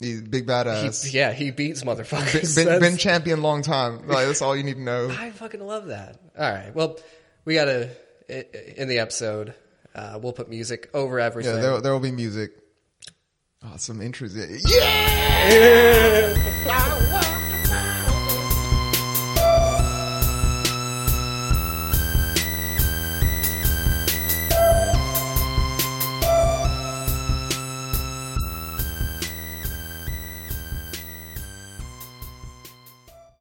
S1: He's big
S2: he,
S1: badass.
S2: yeah, he beats motherfuckers.
S1: been, been
S2: That's-
S1: champion long time. Like that's all you need to know.
S2: I fucking love that. All right. Well, we got to, in the episode, uh, we'll put music over everything.
S1: Yeah, there, there will be music. Oh, some intros. Yeah.
S3: Now,